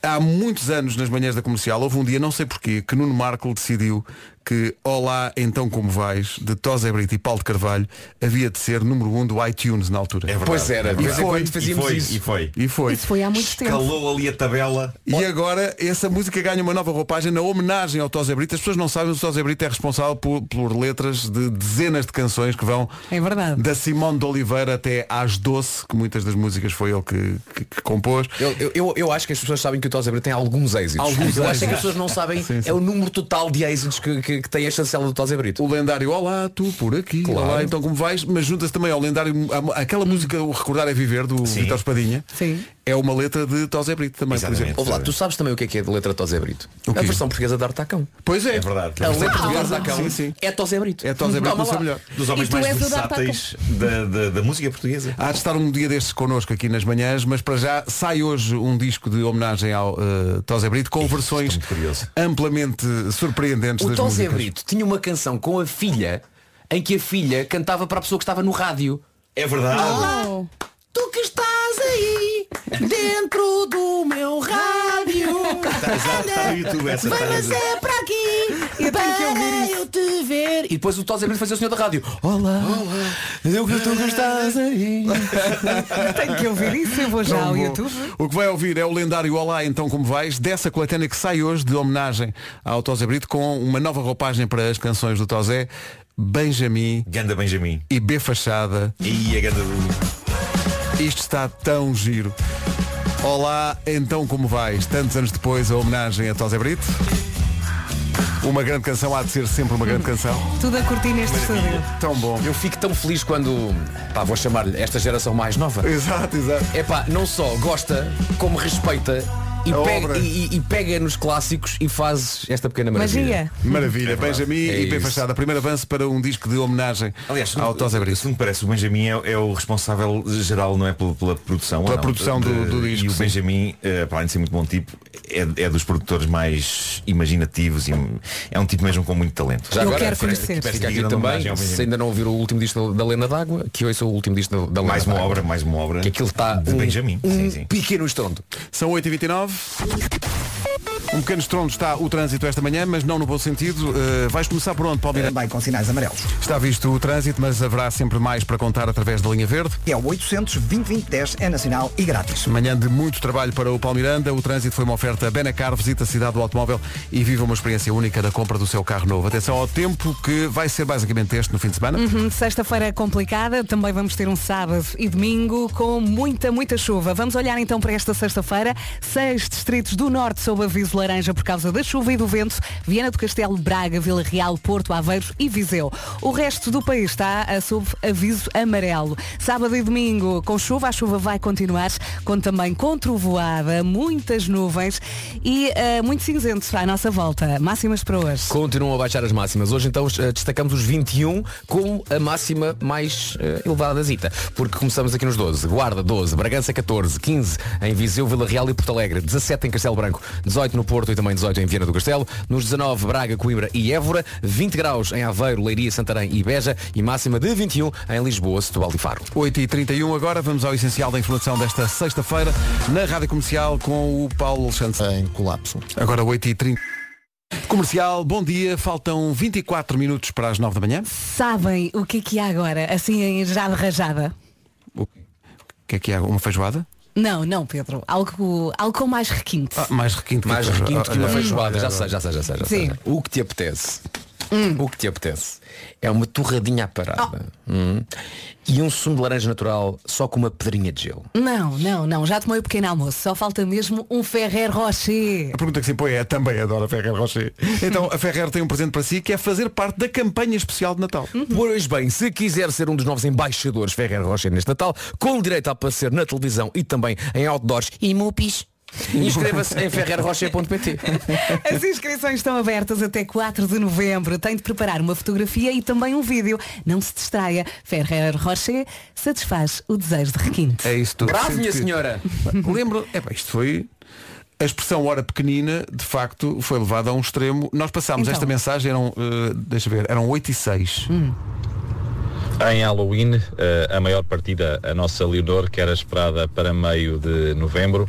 Speaker 1: Há muitos anos nas manhãs da comercial, houve um dia, não sei porquê, que Nuno Marco decidiu que Olá, então como vais, de Tosé Brito e Paulo de Carvalho, havia de ser número um do iTunes na altura.
Speaker 5: É verdade,
Speaker 2: Pois era,
Speaker 5: é
Speaker 2: de vez em
Speaker 5: verdade.
Speaker 2: quando
Speaker 5: E
Speaker 2: fazíamos
Speaker 5: foi,
Speaker 2: isso.
Speaker 5: E foi.
Speaker 1: E foi.
Speaker 4: Isso foi há muito tempo.
Speaker 5: Calou ali a tabela.
Speaker 1: E agora essa música ganha uma nova roupagem na homenagem ao Tosé Brito. As pessoas não sabem, mas o Tosé Brito é responsável por, por letras de dezenas de canções que vão
Speaker 4: É verdade.
Speaker 1: da Simone de Oliveira até às Doce, que muitas das músicas foi ele que, que- que compôs.
Speaker 2: Eu, eu- eu, eu acho que as pessoas sabem que o Tos Abreu tem alguns êxitos.
Speaker 1: Alguns
Speaker 2: eu
Speaker 1: êxitos.
Speaker 2: acho que as pessoas não sabem é o número total de êxitos que, que, que tem a chancela do Tos Brito.
Speaker 1: O lendário Olá, tu por aqui,
Speaker 2: Claro.
Speaker 1: Olá, então como vais? Mas junta-se também ao lendário, a- aquela música O Recordar é Viver, do
Speaker 5: Sim.
Speaker 1: Vitor Espadinha,
Speaker 4: Sim.
Speaker 1: é uma letra de Tosé Brito também,
Speaker 5: Exatamente.
Speaker 1: por exemplo.
Speaker 2: Ouve lá, tu sabes também o que é que é de letra Tosé Brito?
Speaker 1: O quê?
Speaker 2: A versão portuguesa de Artacão.
Speaker 1: Pois é.
Speaker 5: É verdade.
Speaker 2: A letra
Speaker 5: Ah,
Speaker 2: portuguesa de
Speaker 1: sim,
Speaker 2: Artacão
Speaker 1: sim.
Speaker 2: é Tosé Brito.
Speaker 1: É Tosé Brito,
Speaker 2: Calma
Speaker 1: não sei
Speaker 2: lá.
Speaker 1: melhor.
Speaker 5: Dos homens
Speaker 4: E tu
Speaker 5: mais
Speaker 4: és o da
Speaker 5: versáteis da, da, da música portuguesa.
Speaker 1: Há de estar um dia destes connosco aqui nas manhãs, mas para já sai hoje um disco de homenagem ao uh, Tosé Brito com versões
Speaker 5: muito curioso.
Speaker 1: amplamente surpreendentes
Speaker 2: O
Speaker 1: das
Speaker 2: Tosé
Speaker 1: músicas.
Speaker 2: Brito tinha uma canção com a filha em que a filha cantava para a pessoa que estava no rádio.
Speaker 5: É verdade.
Speaker 4: Oh.
Speaker 2: Tu que estás aí dentro do meu rádio.
Speaker 5: Tá, exato, tá no YouTube essa tá no YouTube.
Speaker 2: é para aqui um eu para eu te ver. E depois o Tos Abril fazia o senhor da rádio. Olá, olá, eu que tu que estás aí.
Speaker 4: Tenho que ouvir isso, eu vou já
Speaker 1: Tão
Speaker 4: ao
Speaker 1: bom.
Speaker 4: YouTube.
Speaker 1: O que vai ouvir é o lendário Olá, então como vais, dessa coletânea que sai hoje de homenagem ao Tosé Brito com uma nova roupagem para as canções do Tosé, Benjamin
Speaker 5: Ganda Benjamin.
Speaker 1: e B Fachada.
Speaker 5: E a ganda
Speaker 1: Isto está tão giro. Olá, então como vais? Tantos anos depois, a homenagem a Tosé Brito. Uma grande canção há de ser sempre uma grande canção.
Speaker 4: Tudo a curtir neste estúdio.
Speaker 1: Tão bom.
Speaker 2: Eu fico tão feliz quando, pá, vou chamar-lhe esta geração mais nova.
Speaker 1: Exato, exato.
Speaker 2: É pá, não só gosta, como respeita e,
Speaker 1: A
Speaker 2: pega,
Speaker 1: obra.
Speaker 2: e- e- e pega nos clássicos e faz esta pequena maravilha.
Speaker 4: Magia.
Speaker 1: Maravilha, Benjamin
Speaker 2: É
Speaker 1: e P.
Speaker 2: isso.
Speaker 1: Fachada. Primeiro avanço para um disco de homenagem
Speaker 5: Aliás,
Speaker 1: ao Tosé Brito.
Speaker 5: segundo parece, o Benjamin é, é o responsável geral, não é pela, pela produção. ou
Speaker 1: Pela
Speaker 5: não?
Speaker 1: produção do- do disco,
Speaker 5: E o
Speaker 1: sim.
Speaker 5: Benjamin, eh, para além de ser muito bom tipo, é, é dos produtores mais imaginativos e é um tipo mesmo com muito talento.
Speaker 4: Eu quero conhecer.
Speaker 2: Fica aqui
Speaker 5: Grande homenagem
Speaker 2: também,
Speaker 5: ao Benjamin.
Speaker 2: se ainda não ouvir o último disco da da Lena d'Água, que ouça o último disco da- da Lena
Speaker 5: Mais uma
Speaker 2: d'Água.
Speaker 5: obra, mais uma obra.
Speaker 1: tá
Speaker 2: Que aquilo está
Speaker 5: de
Speaker 2: um,
Speaker 5: Benjamin.
Speaker 2: um
Speaker 5: Sim, sim.
Speaker 2: pequeno estrondo.
Speaker 1: São 8h29. Um pequeno estrondo está o trânsito esta manhã, mas não no bom sentido. Uh, vais começar por onde, Paulo
Speaker 2: Eh,
Speaker 1: Miranda?
Speaker 3: Bem, com sinais amarelos.
Speaker 1: Está visto o trânsito, mas haverá sempre mais para contar através da linha verde.
Speaker 3: É o 800 2010 é nacional e grátis.
Speaker 1: Manhã de muito trabalho para o Palmiranda. O trânsito foi uma oferta Benacar. Visita a cidade do automóvel e viva uma experiência única da compra do seu carro novo. Atenção ao tempo que vai ser basicamente este no fim de semana.
Speaker 4: Uhum, Sexta-feira complicada, também vamos ter um sábado e domingo com muita, muita chuva. Vamos olhar então para esta sexta-feira. Seis distritos do norte sob aviso laranja por causa da chuva e do vento. Viana do Castelo, Braga, Vila Real, Porto, Aveiro e Viseu. O resto do país está ah, sob aviso amarelo. Sábado e domingo com chuva, a chuva vai continuar, com também com trovoada, muitas nuvens e ah, muito cinzento à nossa volta. Máximas para hoje.
Speaker 2: Continuam a baixar as máximas. Hoje então eh, destacamos os 21 como a máxima mais eh, elevada da zita. Porque começamos aqui nos 12. Guarda 12, Bragança 14, 15 em Viseu, Vila Real e Porto Alegre, 17 em Castelo Branco, 18 no Porto e também 18 em Viana do Castelo, nos 19 Braga, Coimbra e Évora, 20 graus em Aveiro, Leiria, Santarém e Beja e máxima de 21 em Lisboa, Setúbal e Faro.
Speaker 1: 8h31 agora, vamos ao essencial da informação desta sexta-feira na Rádio Comercial com o Paulo Alexandre.
Speaker 12: Em colapso.
Speaker 1: Agora 8h30. um. Comercial, bom dia, faltam 24 minutos para as 9 da manhã.
Speaker 4: Sabem o que é que há agora, assim em jade rajada?
Speaker 1: O que é que há? Uma feijoada?
Speaker 4: Não, não, Pedro. Algo, algo com mais requinte.
Speaker 1: Ah, mais requinte
Speaker 2: Mais
Speaker 1: que a
Speaker 2: requinte que uma
Speaker 1: Ah,
Speaker 2: feijoada.
Speaker 1: ah,
Speaker 2: Então, Já sei, já sei, já sei. Já sei.
Speaker 4: Sim.
Speaker 2: O que te apetece?
Speaker 1: Hum.
Speaker 2: O que te apetece? É uma torradinha à parada.
Speaker 1: Oh.
Speaker 2: Hum. E um sumo de laranja natural só com uma pedrinha de gelo.
Speaker 4: Não, não, não. Já tomei o pequeno almoço. Só falta mesmo um Ferrer Rocher.
Speaker 1: A pergunta que se impõe é também adoro a Ferrer Rocher. Então a Ferrer tem um presente para si que é fazer parte da campanha especial de Natal.
Speaker 2: Pois bem, se quiser ser um dos novos embaixadores Ferrer Rocher neste Natal, com direito a aparecer na televisão e também em outdoors e mupis, inscreva-se em ferrerrocher.pt.
Speaker 4: As inscrições estão abertas até 4 de novembro. Tem de preparar uma fotografia e também um vídeo. Não se distraia. Ferrer Rocher satisfaz o desejo de requinte.
Speaker 1: É isso tudo.
Speaker 2: Bravo,
Speaker 1: Sinto
Speaker 2: minha
Speaker 1: que-
Speaker 2: senhora.
Speaker 1: Lembro, é pá, isto foi. A expressão hora pequenina, de facto, foi levada a um extremo. Nós passámos
Speaker 4: Então. Hum.
Speaker 1: esta mensagem, eram, eh, deixa ver, eram 8 e 6.
Speaker 13: Em Halloween, eh, a maior partida, a nossa Leonor, que era esperada para meio de novembro,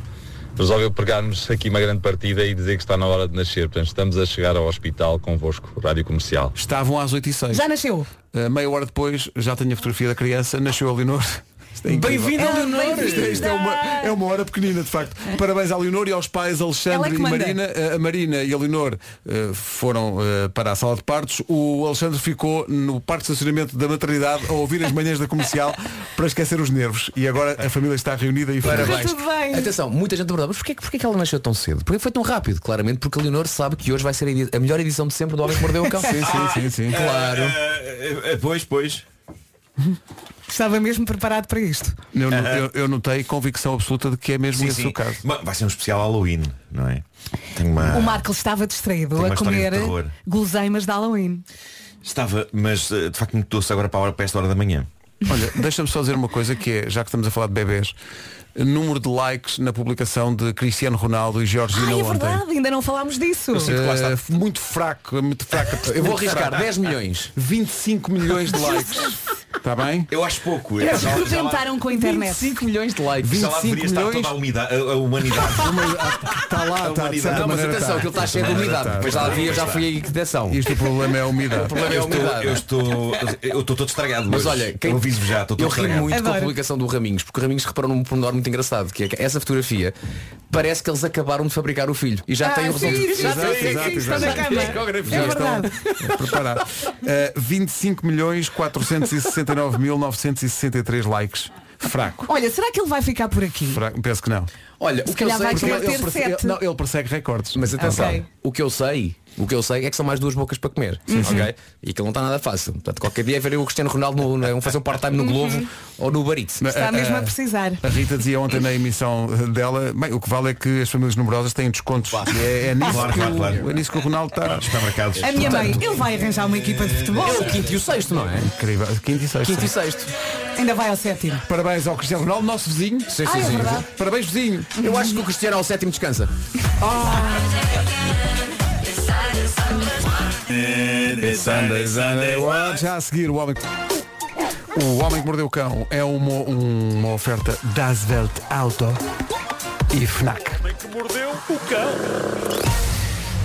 Speaker 13: resolveu pegarmos aqui uma grande partida e dizer que está na hora de nascer. Portanto, estamos a chegar ao hospital convosco, Rádio Comercial.
Speaker 1: Estavam às 8 e
Speaker 5: É.
Speaker 1: 6.
Speaker 4: Já nasceu.
Speaker 1: Eh, meia hora depois, já tenho a fotografia da criança, nasceu a Leonor. Isto é incrível.
Speaker 2: Bem-vinda,
Speaker 4: Ah,
Speaker 2: Leonor!
Speaker 1: Isto, é- isto é, uma, é uma hora pequenina, de facto. Parabéns à Leonor e aos pais
Speaker 4: É. Ela é
Speaker 1: Alexandre
Speaker 4: que
Speaker 1: e
Speaker 4: manda.
Speaker 1: Marina. Eh, A- A Marina e a Leonor eh, foram eh, para a sala de partos. O Alexandre ficou no parque de estacionamento da maternidade a ouvir as manhãs da comercial para esquecer os nervos. E agora a família está reunida e feliz.
Speaker 2: Parabéns.
Speaker 4: Tudo bem.
Speaker 2: Atenção, muita gente pergunta, mas porquê, porquê que ela nasceu tão cedo? Porque foi tão rápido? Claramente porque a Leonor sabe que hoje vai ser a, edi- a melhor edição de sempre do Homem que Mordeu o Cão.
Speaker 1: Sim, sim, sim, sim.
Speaker 2: Claro.
Speaker 5: Ah, pois, pois.
Speaker 4: Estava mesmo preparado para isto.
Speaker 1: Eu, eu- eu notei convicção absoluta de que é mesmo esse o caso.
Speaker 5: Bom, Vai ser um especial Halloween, não é? Tem uma...
Speaker 4: O Marco estava distraído
Speaker 5: Tem uma
Speaker 4: a
Speaker 5: história
Speaker 4: comer
Speaker 5: de terror.
Speaker 4: guloseimas de Halloween.
Speaker 5: Estava, mas eh, de facto me doce agora para, a hora, para esta hora da manhã.
Speaker 1: Olha, deixa-me só dizer uma coisa que é, já que estamos a falar de bebês, número de likes na publicação de Cristiano Ronaldo e Georgina
Speaker 4: Ai, é
Speaker 1: ontem.
Speaker 4: verdade. Ainda não falámos disso.
Speaker 1: Eh, muito fraco, muito fraca.
Speaker 2: Eu vou arriscar 10 milhões.
Speaker 1: 25 milhões de likes. Está bem?
Speaker 5: Eu acho pouco.
Speaker 1: É,
Speaker 4: Eles rebentaram com a internet.
Speaker 2: 25 milhões de likes.
Speaker 5: Já lá
Speaker 1: 25
Speaker 5: deveria estar
Speaker 1: milhões.
Speaker 5: toda a, umida- a- a humanidade.
Speaker 1: Está Tá lá, está de certa
Speaker 5: Não,
Speaker 2: Mas
Speaker 1: maneira. tá.
Speaker 2: atenção,
Speaker 1: está.
Speaker 2: que ele está cheio de umidade. Depois lá havia, já fui aí que atenção.
Speaker 1: Isto o problema é a umidade.
Speaker 2: problema é a
Speaker 5: eu, estou,
Speaker 2: umidade.
Speaker 5: eu estou. Eu estou todo estragado.
Speaker 2: Mas
Speaker 5: hoje.
Speaker 2: olha,
Speaker 5: eu aviso já, estou todo
Speaker 2: eu ri
Speaker 5: estragado.
Speaker 2: muito com a
Speaker 4: Adoro.
Speaker 2: publicação do Raminhos, porque o Raminhos reparou num pormenor muito engraçado, que é que essa fotografia parece que eles acabaram de fabricar o filho e já tem o
Speaker 4: Ah, sim,
Speaker 2: resultado.
Speaker 4: sim,
Speaker 1: Já
Speaker 4: sim,
Speaker 1: tem,
Speaker 4: sim,
Speaker 1: exato,
Speaker 4: sim, está na
Speaker 1: exato.
Speaker 4: cama.
Speaker 2: Ecografia.
Speaker 4: É
Speaker 1: Já estão
Speaker 4: verdade.
Speaker 1: preparados. Uh, 25 milhões 469.963 likes. Fraco.
Speaker 4: Olha, será que ele vai ficar por aqui?
Speaker 1: Fraco. Penso que não.
Speaker 2: Olha, o
Speaker 4: Se
Speaker 2: que é- eu
Speaker 4: calhar
Speaker 2: sei
Speaker 4: vai
Speaker 2: porque
Speaker 4: querer
Speaker 2: ele-
Speaker 4: ter
Speaker 1: perse-
Speaker 4: sete.
Speaker 1: ele- não, ele persegue recordes.
Speaker 2: Mas atenção,
Speaker 4: Ok.
Speaker 2: o que eu sei, o que eu sei é que são mais duas bocas para comer.
Speaker 14: Uhum.
Speaker 2: ok? E aquilo não está nada fácil. Portanto, qualquer dia verem o Cristiano Ronaldo no, no, fazer um part-time no
Speaker 14: Uhum.
Speaker 2: Globo ou no Barito.
Speaker 14: Eh,
Speaker 4: Está mesmo a precisar.
Speaker 1: A Rita dizia ontem na emissão dela, bem, o que vale é que as famílias numerosas têm descontos. E É, é nisso
Speaker 5: Claro,
Speaker 1: que
Speaker 5: claro,
Speaker 1: o-
Speaker 5: claro.
Speaker 1: é nisso que o Ronaldo está.
Speaker 5: Supermercados.
Speaker 4: A minha mãe, ele vai arranjar uma equipa de futebol.
Speaker 2: É o quinto e o sexto, não é?
Speaker 1: Incrível. Quinto e sexto.
Speaker 2: Quinto e sexto.
Speaker 4: Ainda vai ao sétimo.
Speaker 1: Parabéns ao Cristiano Ronaldo, nosso vizinho.
Speaker 2: Sim,
Speaker 4: Ah, é
Speaker 2: sim.
Speaker 4: verdade.
Speaker 1: Parabéns, vizinho.
Speaker 2: Eu acho que o Cristiano ao sétimo descansa.
Speaker 1: Já a seguir, o homem que... O Homem que Mordeu o Cão é uma, uma oferta Das Welt Auto e FNAC. O Homem que Mordeu o Cão.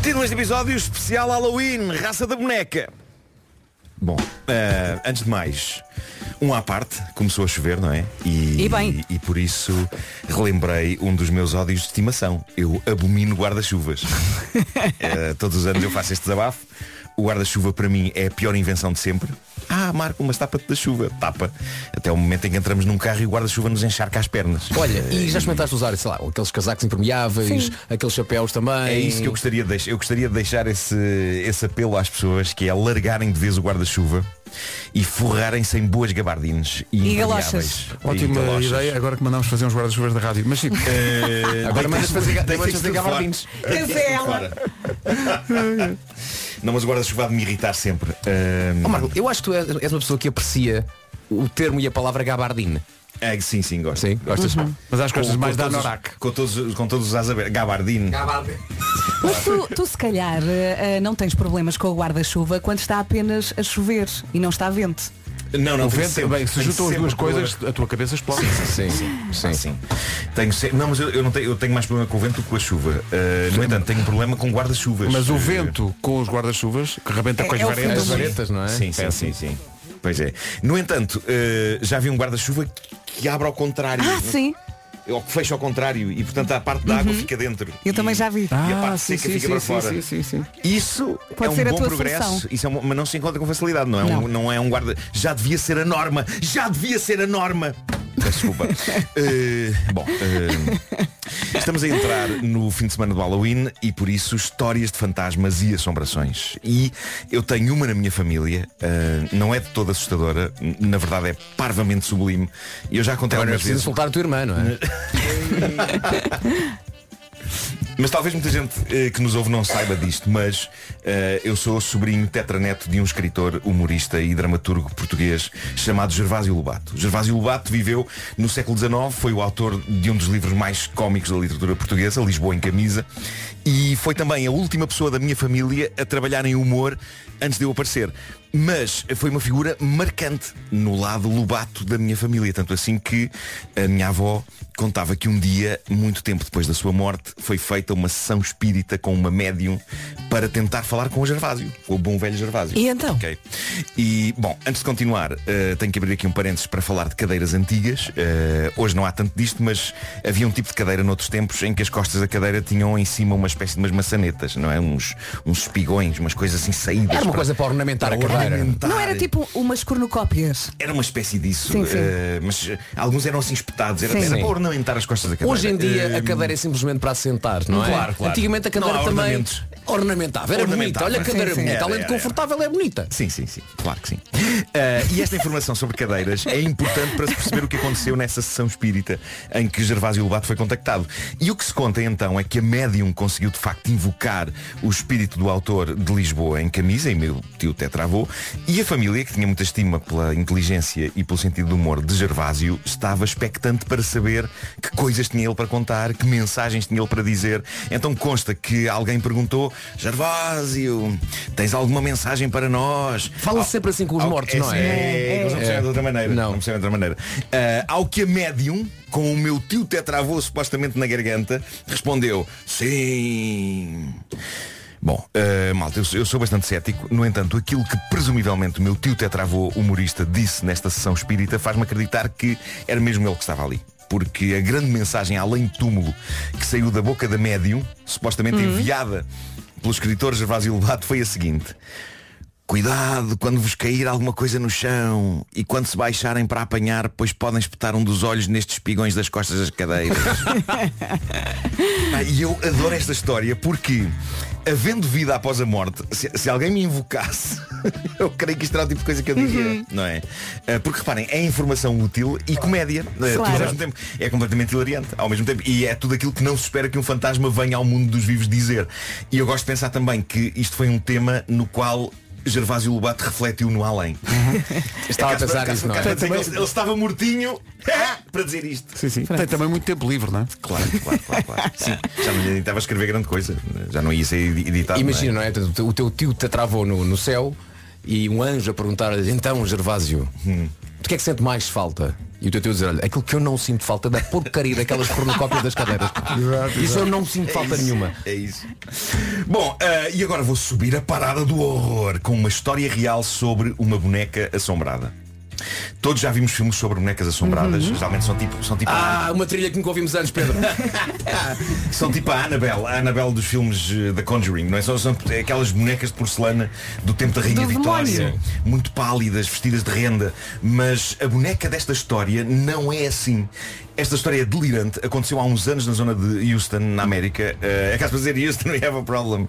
Speaker 14: Título deste episódio especial Halloween, raça da boneca. Bom, eh, antes de mais, um à parte, começou a chover, não é?
Speaker 4: E bem.
Speaker 14: e por isso relembrei um dos meus ódios de estimação. Eu abomino guarda-chuvas. Eh, todos os anos eu faço este desabafo. O guarda-chuva para mim é a pior invenção de sempre. Ah, Marco, mas tapa-te da chuva. Tapa. Até o momento em que entramos num carro e o guarda-chuva nos encharca as pernas.
Speaker 2: Olha, e já experimentaste usar, sei lá, aqueles casacos impermeáveis,
Speaker 14: Sim.
Speaker 2: aqueles chapéus também.
Speaker 14: É isso que eu gostaria de deixar. Eu gostaria de deixar esse, esse apelo às pessoas que é largarem de vez o guarda-chuva e forrarem-se em boas gabardines e, impermeáveis. E
Speaker 1: Ótima
Speaker 14: galochas.
Speaker 1: ideia, agora que mandamos fazer uns guarda-chuvas da rádio. Mas sim.
Speaker 14: Agora mandas fazer ga- mandas fazer gabardines.
Speaker 1: gabardinhos.
Speaker 14: Cancela. Não, mas o guarda-chuva há de me irritar sempre.
Speaker 2: Oh, Marco, eu acho que tu és és uma pessoa que aprecia o termo e a palavra gabardine.
Speaker 14: É, sim, sim, gosto.
Speaker 2: Sim, gostas.
Speaker 14: Uhum.
Speaker 1: Mas acho que gostas mais da
Speaker 14: todos os-
Speaker 1: Anorak.
Speaker 14: Com todos, os- com todos os as abertos. Gabardine.
Speaker 4: Mas tu, tu, se calhar eh, eh, não tens problemas com o guarda-chuva quando está apenas a chover e não está vento.
Speaker 14: Não, não,
Speaker 1: O
Speaker 14: tenho
Speaker 1: vento,
Speaker 14: sempre-
Speaker 1: bem, se
Speaker 14: tenho
Speaker 1: juntam as
Speaker 14: sempre
Speaker 1: duas coisas,
Speaker 14: a tua cabeça explode. Sim, sim, sim. sim. Assim. Tenho sempre, não, mas eu, eu não tenho, eu tenho mais problema com o vento do que com a chuva. Uh, no entanto, tenho problema com guarda-chuvas. é
Speaker 1: Mas o
Speaker 14: Uh,
Speaker 1: vento com os guarda-chuvas, que rebenta
Speaker 4: é
Speaker 1: com as varetas.
Speaker 14: Sim, sim,
Speaker 4: assim.
Speaker 14: sim, sim. Pois é. No entanto, uh, já vi um guarda-chuva que abre ao contrário.
Speaker 4: Ah, sim. Uhum.
Speaker 14: Ou que fecha ao contrário e portanto a parte da água fica dentro.
Speaker 4: Eu também já vi. Ah,
Speaker 14: e a
Speaker 1: Ah,
Speaker 14: parte seca fica para fora. Isso
Speaker 4: Pode
Speaker 14: é um
Speaker 4: ser a
Speaker 14: bom
Speaker 4: tua
Speaker 14: progresso,
Speaker 4: solução.
Speaker 14: Isso é um- mas não se encontra com facilidade, não é, Um, não é um guarda. Já devia ser a norma, já devia ser a norma. Peço Desculpa. Eh, bom, eh, estamos a entrar no fim de semana do Halloween e por isso histórias de fantasmas e assombrações. E eu tenho uma na minha família, eh, não é de toda assustadora, na verdade é parvamente sublime. E eu já contei
Speaker 2: Agora não é
Speaker 14: algumas
Speaker 2: preciso
Speaker 14: vezes.
Speaker 2: insultar a tua irmã, não é?
Speaker 14: Mas talvez muita gente eh, que nos ouve não saiba disto, mas eh, eu sou sobrinho tetraneto de um escritor, humorista e dramaturgo português chamado Gervásio Lobato. Gervásio Lobato viveu no século XIX, foi o autor de um dos livros mais cómicos da literatura portuguesa, Lisboa em Camisa, e foi também a última pessoa da minha família a trabalhar em humor antes de eu aparecer. Mas foi uma figura marcante no lado lobato da minha família, tanto assim que a minha avó contava que um dia, muito tempo depois da sua morte, foi feita uma sessão espírita com uma médium para tentar falar com o Gervásio, o bom velho Gervásio.
Speaker 4: E então?
Speaker 14: Ok. E, bom, antes de continuar, eh, tenho que abrir aqui um parênteses para falar de cadeiras antigas. Eh, hoje não há tanto disto, mas havia um tipo de cadeira noutros tempos em que as costas da cadeira tinham em cima uma espécie de umas maçanetas, não é? Uns, uns espigões, umas coisas assim saídas.
Speaker 2: Era uma coisa para ornamentar a cadeira.
Speaker 14: ornamentar.
Speaker 4: Não era tipo umas cornucópias.
Speaker 14: Era uma espécie disso,
Speaker 4: Sim, sim.
Speaker 14: eh, mas eh, alguns eram assim espetados, era,
Speaker 4: Sim.
Speaker 14: era
Speaker 4: Sim.
Speaker 14: para ornamentar as costas da cadeira.
Speaker 2: Hoje em dia a
Speaker 14: Eh,
Speaker 2: cadeira é simplesmente para assentar, não é?
Speaker 14: Claro, claro.
Speaker 2: Antigamente a cadeira
Speaker 14: Não há
Speaker 2: também
Speaker 14: ornamentos.
Speaker 2: ornamentava, era
Speaker 14: Ornamentava.
Speaker 2: bonita. Olha a cadeira
Speaker 14: Sim, sim.
Speaker 2: bonita,
Speaker 14: Era,
Speaker 2: além de
Speaker 14: era,
Speaker 2: confortável é bonita.
Speaker 14: Sim, sim, sim. Claro que sim. Ah, e esta informação sobre cadeiras é importante para se perceber o que aconteceu nessa sessão espírita em que Gervásio Lobato foi contactado. E o que se conta então é que a médium conseguiu de facto invocar o espírito do autor de Lisboa em camisa, e meu tio tetravô, e a família, que tinha muita estima pela inteligência e pelo sentido do humor de Gervásio, estava expectante para saber que coisas tinha ele para contar, que mensagens tinha ele para dizer. Então consta que alguém perguntou, Gervásio, tens alguma mensagem para nós?
Speaker 2: Fala sempre assim com os
Speaker 14: Ao-
Speaker 2: mortos, não é?
Speaker 14: É, é, eles não percebem de outra maneira. Não. percebem de outra maneira. Ah, ao que a médium, com o meu tio tetravô supostamente na garganta, respondeu, sim. Bom, ah, malta, eu, sou- eu sou bastante cético, no entanto, aquilo que presumivelmente o meu tio tetravô humorista disse nesta sessão espírita faz-me acreditar que era mesmo ele que estava ali. Porque a grande mensagem além de túmulo que saiu da boca da médium, supostamente
Speaker 15: Uhum.
Speaker 14: enviada pelo escritor Gervásio Lobato, foi a seguinte. Cuidado quando vos cair alguma coisa no chão e quando se baixarem para apanhar, pois podem espetar um dos olhos nestes espigões das costas das cadeiras. Pá, Ah, E eu adoro esta história porque, havendo vida após a morte, se, se alguém me invocasse, eu creio que isto era o tipo de coisa que eu diria,
Speaker 2: Uhum.
Speaker 14: não é? Ah, Porque reparem, é informação útil e comédia. Ah, tudo ao
Speaker 15: Claro.
Speaker 14: mesmo tempo. É completamente hilariante ao mesmo tempo. E é tudo aquilo que não se espera que um fantasma venha ao mundo dos vivos dizer. E eu gosto de pensar também que isto foi um tema no qual. Gervásio Lobato refletiu no além.
Speaker 2: Estava
Speaker 14: É que
Speaker 2: a pensar
Speaker 14: cá-
Speaker 2: nisso,
Speaker 14: cá-
Speaker 2: não é?
Speaker 14: cá- cá- Ele ele estava mortinho ah, para dizer isto.
Speaker 1: Sim, sim. Tem também muito tempo livre, não é?
Speaker 14: Claro, claro, claro, claro. Sim, já não estava a escrever grande coisa. Já não ia ser edi- editado.
Speaker 2: Imagina, não é? O
Speaker 14: Hum.
Speaker 2: teu- O teu tio te atravou no, no céu e um anjo a perguntar então Gervásio, do que é que sente mais falta? E o teu teu dizer, olha, aquilo que eu não sinto falta é da porcaria daquelas pornocópias das cadeiras. Isso eu não sinto
Speaker 14: É
Speaker 2: falta
Speaker 14: isso,
Speaker 2: nenhuma.
Speaker 14: É isso. Bom, eh, e agora vou subir a parada do horror com uma história real sobre uma boneca assombrada. Todos já vimos filmes sobre bonecas assombradas.
Speaker 2: Uhum.
Speaker 14: Geralmente são tipo, são tipo
Speaker 2: Ah, uma trilha que nunca ouvimos antes, Pedro.
Speaker 14: São tipo a Annabelle, a Annabelle dos filmes eh, da Conjuring, não é? São, são aquelas bonecas de porcelana do tempo da Rainha
Speaker 15: Do
Speaker 14: Vitória,
Speaker 15: demónio.
Speaker 14: muito pálidas, vestidas de renda, mas a boneca desta história não é assim. Esta história é delirante, aconteceu há uns anos na zona de Houston, na América. Eh, É caso para dizer Houston, we have a problem.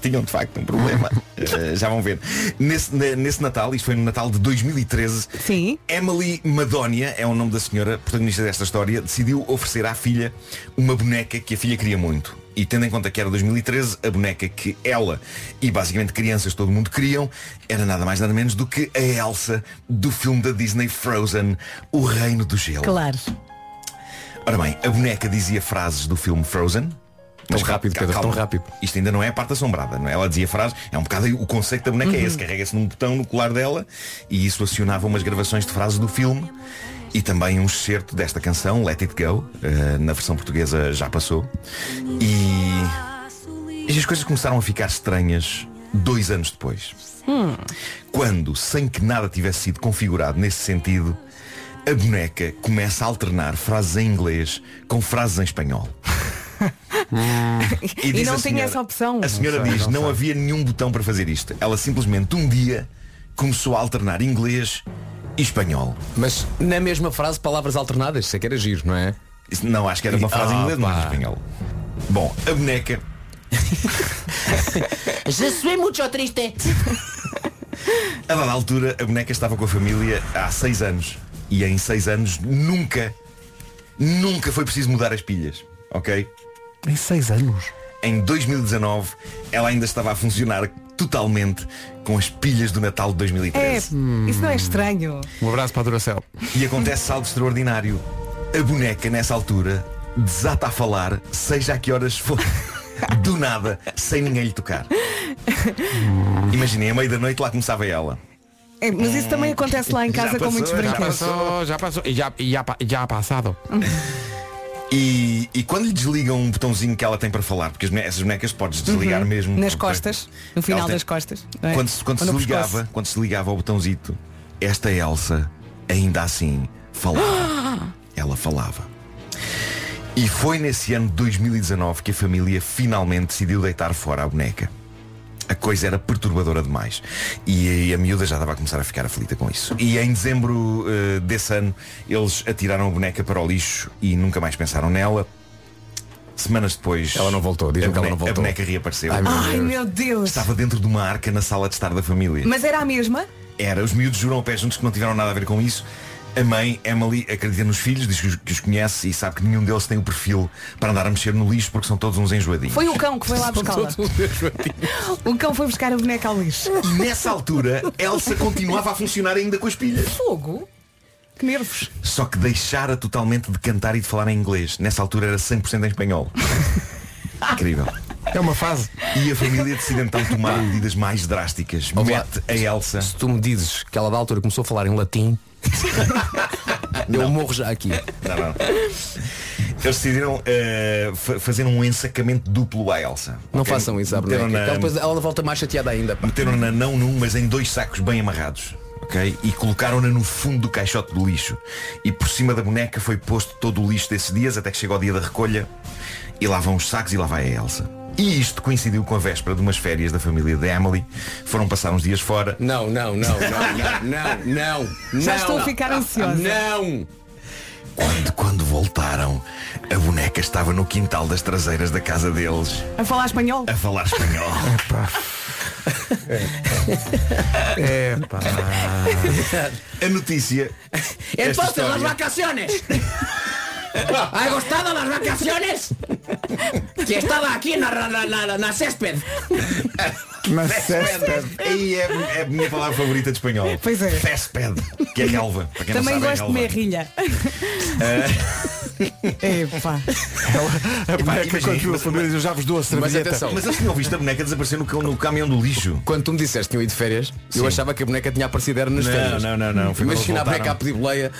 Speaker 14: Tinham de facto um problema. Eh, já vão ver. Nesse, na- nesse Natal, isto foi no Natal de 2013,
Speaker 4: Sim.
Speaker 14: Emily Madonia, é o nome da senhora protagonista desta história, decidiu oferecer à filha uma boneca que a filha queria muito. E tendo em conta que era 2013, a boneca que ela e basicamente crianças todo mundo queriam era nada mais nada menos do que a Elsa do filme da Disney Frozen, O Reino do Gelo.
Speaker 4: Claro.
Speaker 14: Ora bem, a boneca dizia frases do filme Frozen. Tão rápido, Pedro, tão rápido. Isto ainda não é a parte assombrada, não é? Ela dizia frases, é um bocado o conceito da boneca é
Speaker 15: Uhum.
Speaker 14: esse, carrega-se num botão no colar dela e isso acionava umas gravações de frases do filme e também um excerto desta canção, Let It Go, eh, na versão portuguesa já passou. E... e as coisas começaram a ficar estranhas dois anos depois quando, sem que nada tivesse sido configurado nesse sentido, a boneca começa a alternar frases em inglês com frases em espanhol.
Speaker 4: E,
Speaker 14: diz
Speaker 4: não
Speaker 14: a
Speaker 4: tem
Speaker 14: senhora-
Speaker 4: essa opção.
Speaker 14: A senhora diz, não, havia nenhum botão para fazer isto. Ela simplesmente um dia começou a alternar inglês e espanhol.
Speaker 2: Mas na mesma frase, palavras alternadas, sei que era giro, não é?
Speaker 14: Não, acho que era uma frase em inglês, não em espanhol. Bom, a boneca
Speaker 16: Je suis muito triste.
Speaker 14: A dada altura, a boneca estava com a família há seis anos. E em seis anos nunca, nunca foi preciso mudar as pilhas. Ok?
Speaker 1: Em seis anos.
Speaker 14: Em 2019, ela ainda estava a funcionar totalmente com as pilhas do Natal de
Speaker 4: É,
Speaker 14: 2013.
Speaker 4: isso não é estranho.
Speaker 1: Um abraço para a Duracel.
Speaker 14: E acontece algo extraordinário. A boneca, nessa altura, desata a falar, seja a que horas for, do nada, sem ninguém lhe tocar. Imaginem, à meia da noite lá começava ela.
Speaker 4: É, mas isso também acontece lá em
Speaker 14: Já
Speaker 4: casa com
Speaker 14: passou,
Speaker 4: muitos
Speaker 14: já
Speaker 4: brinquedos.
Speaker 1: Passou, já passou. E já, e já, pa- já há passado.
Speaker 14: E, e quando lhe desligam um botãozinho que ela tem para falar, porque as bone- essas bonecas podes desligar
Speaker 4: Uhum.
Speaker 14: mesmo.
Speaker 4: Nas
Speaker 14: Ok.
Speaker 4: costas, no final
Speaker 14: Ela tem-
Speaker 4: das costas. não é?
Speaker 14: Quando, se- quando
Speaker 4: Ou
Speaker 14: se
Speaker 4: no
Speaker 14: ligava,
Speaker 4: pescoço.
Speaker 14: quando se ligava ao botãozito, esta Elsa ainda assim falava. Ela falava. E foi nesse ano de 2019 que a família finalmente decidiu deitar fora a boneca. A coisa era perturbadora demais. E a- a miúda já estava a começar a ficar aflita com isso. E em dezembro eh, desse ano, eles atiraram a boneca para o lixo e nunca mais pensaram nela. Semanas depois. Ela não voltou,
Speaker 2: diz-me
Speaker 14: a
Speaker 2: que ela não
Speaker 14: boneca-
Speaker 2: voltou.
Speaker 14: A boneca reapareceu.
Speaker 4: Ai meu Deus.
Speaker 14: Estava dentro de uma arca na sala de estar da família.
Speaker 4: Mas era a mesma?
Speaker 14: Era, os miúdos juram ao pé juntos que não tiveram nada a ver com isso. A mãe, Emily, acredita nos filhos, diz que os, que os conhece e sabe que nenhum deles tem o perfil para andar a mexer no lixo porque são todos uns enjoadinhos.
Speaker 4: Foi o cão que foi lá buscá-la. O cão foi buscar a boneca ao lixo.
Speaker 14: E nessa altura, Elsa continuava a funcionar ainda com as pilhas.
Speaker 4: Fogo? Que nervos.
Speaker 14: Só que deixara totalmente de cantar e de falar em inglês. Nessa altura era 100% em espanhol. Incrível.
Speaker 1: É uma fase.
Speaker 14: E a família decide então tomar medidas mais drásticas. Mete a Elsa.
Speaker 2: Se tu me dizes que ela da altura começou a falar em latim, eu morro já aqui.
Speaker 14: Não, não. Eles decidiram eh, fa- fazer um ensacamento duplo à Elsa.
Speaker 2: Não
Speaker 14: Ok?
Speaker 2: façam isso à
Speaker 14: Meteram
Speaker 2: boneca.
Speaker 14: na-
Speaker 2: Então depois ela volta mais chateada ainda. pá.
Speaker 14: Meteram-na não num, mas em dois sacos bem amarrados. ok? E colocaram-na no fundo do caixote do lixo. E por cima da boneca foi posto todo o lixo desses dias, até que chegou o dia da recolha. E lá vão os sacos e lá vai a Elsa. E isto coincidiu com a véspera de umas férias da família de Emily. Foram passar uns dias fora.
Speaker 2: Não, não, não, não, não, não.
Speaker 4: Já
Speaker 14: Não.
Speaker 4: estou a ficar ansiosa.
Speaker 2: Não!
Speaker 14: Quando, quando voltaram, a boneca estava no quintal das traseiras da casa deles.
Speaker 4: A falar espanhol?
Speaker 14: a falar espanhol.
Speaker 1: É pá.
Speaker 14: A notícia. esta
Speaker 16: Entonces,
Speaker 14: história-
Speaker 16: las vacaciones. ¿Ha gustado las vacaciones? Que estaba aquí en la, la, la, la, la césped.
Speaker 1: Mas
Speaker 14: Césped. Aí é, é a minha palavra favorita de espanhol. Pois é. Césped, que é relva. Para quem
Speaker 4: Também
Speaker 14: não sabe,
Speaker 4: gosto de
Speaker 14: é relva.
Speaker 4: comer rilha.
Speaker 14: Ah,
Speaker 4: É, Epá.
Speaker 1: Ela, a boneca
Speaker 14: imagina,
Speaker 1: continua é a família eu já vos dou a
Speaker 2: Mas
Speaker 1: servieta.
Speaker 2: atenção.
Speaker 14: Mas eles tinham visto a boneca desaparecer no, ca- no caminhão do lixo.
Speaker 2: Quando tu me disseste que eu ia de férias, eu
Speaker 14: Sim.
Speaker 2: achava que a boneca tinha aparecido era nas
Speaker 14: Não,
Speaker 2: férias.
Speaker 14: não, não, não. Foi quando
Speaker 2: Imagina a
Speaker 14: eles
Speaker 2: boneca
Speaker 14: voltaram.
Speaker 2: a pedir boleia.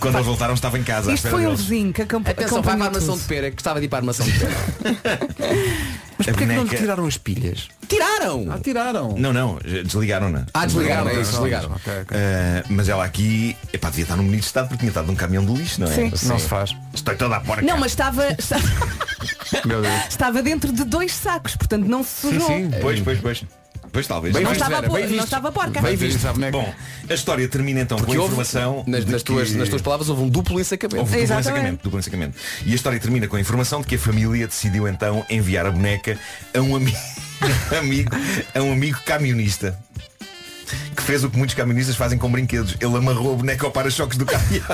Speaker 14: Quando eles voltaram estava em casa. à
Speaker 4: Isto
Speaker 14: espera
Speaker 4: foi um
Speaker 14: deles.
Speaker 4: vizinho que acampa-
Speaker 2: Atenção, vai para a
Speaker 4: acompanhou
Speaker 2: armação
Speaker 4: tudo.
Speaker 2: de pera, que estava de ir para a armação de pera.
Speaker 1: Mas
Speaker 14: A
Speaker 1: porquê que não
Speaker 14: boneca-
Speaker 1: lhe tiraram as pilhas?
Speaker 2: Tiraram!
Speaker 1: Ah, tiraram.
Speaker 14: Não, não, eh, desligaram-na.
Speaker 2: Ah, desligaram, é isso, desligaram.
Speaker 14: Ah, mas ela aqui, epá, devia estar num bonito estado porque tinha estado num caminhão de lixo, não é?
Speaker 4: Sim.
Speaker 1: Não se faz.
Speaker 14: Estou toda a porca.
Speaker 4: Não, mas estava, esta-
Speaker 1: Meu Deus.
Speaker 4: estava dentro de dois sacos, portanto não se sujou.
Speaker 2: É.
Speaker 14: Pois, pois, pois. Pois talvez.
Speaker 4: Não
Speaker 14: Mas-
Speaker 4: estava, po- não estava porca.
Speaker 14: Bem visto. Bom, a história termina então
Speaker 2: Porque
Speaker 14: com a
Speaker 2: houve-
Speaker 14: informação.
Speaker 2: nas-
Speaker 14: de
Speaker 2: nas tuas- nas tuas palavras, houve um duplo ensacamento.
Speaker 14: Houve duplo
Speaker 4: Exatamente.
Speaker 14: ensacamento, duplo ensacamento. E a história termina com a informação de que a família decidiu então enviar a boneca a um ami- amigo, a um amigo camionista. Que fez o que muitos camionistas fazem com brinquedos. Ele amarrou a boneca ao para-choques do caminhão.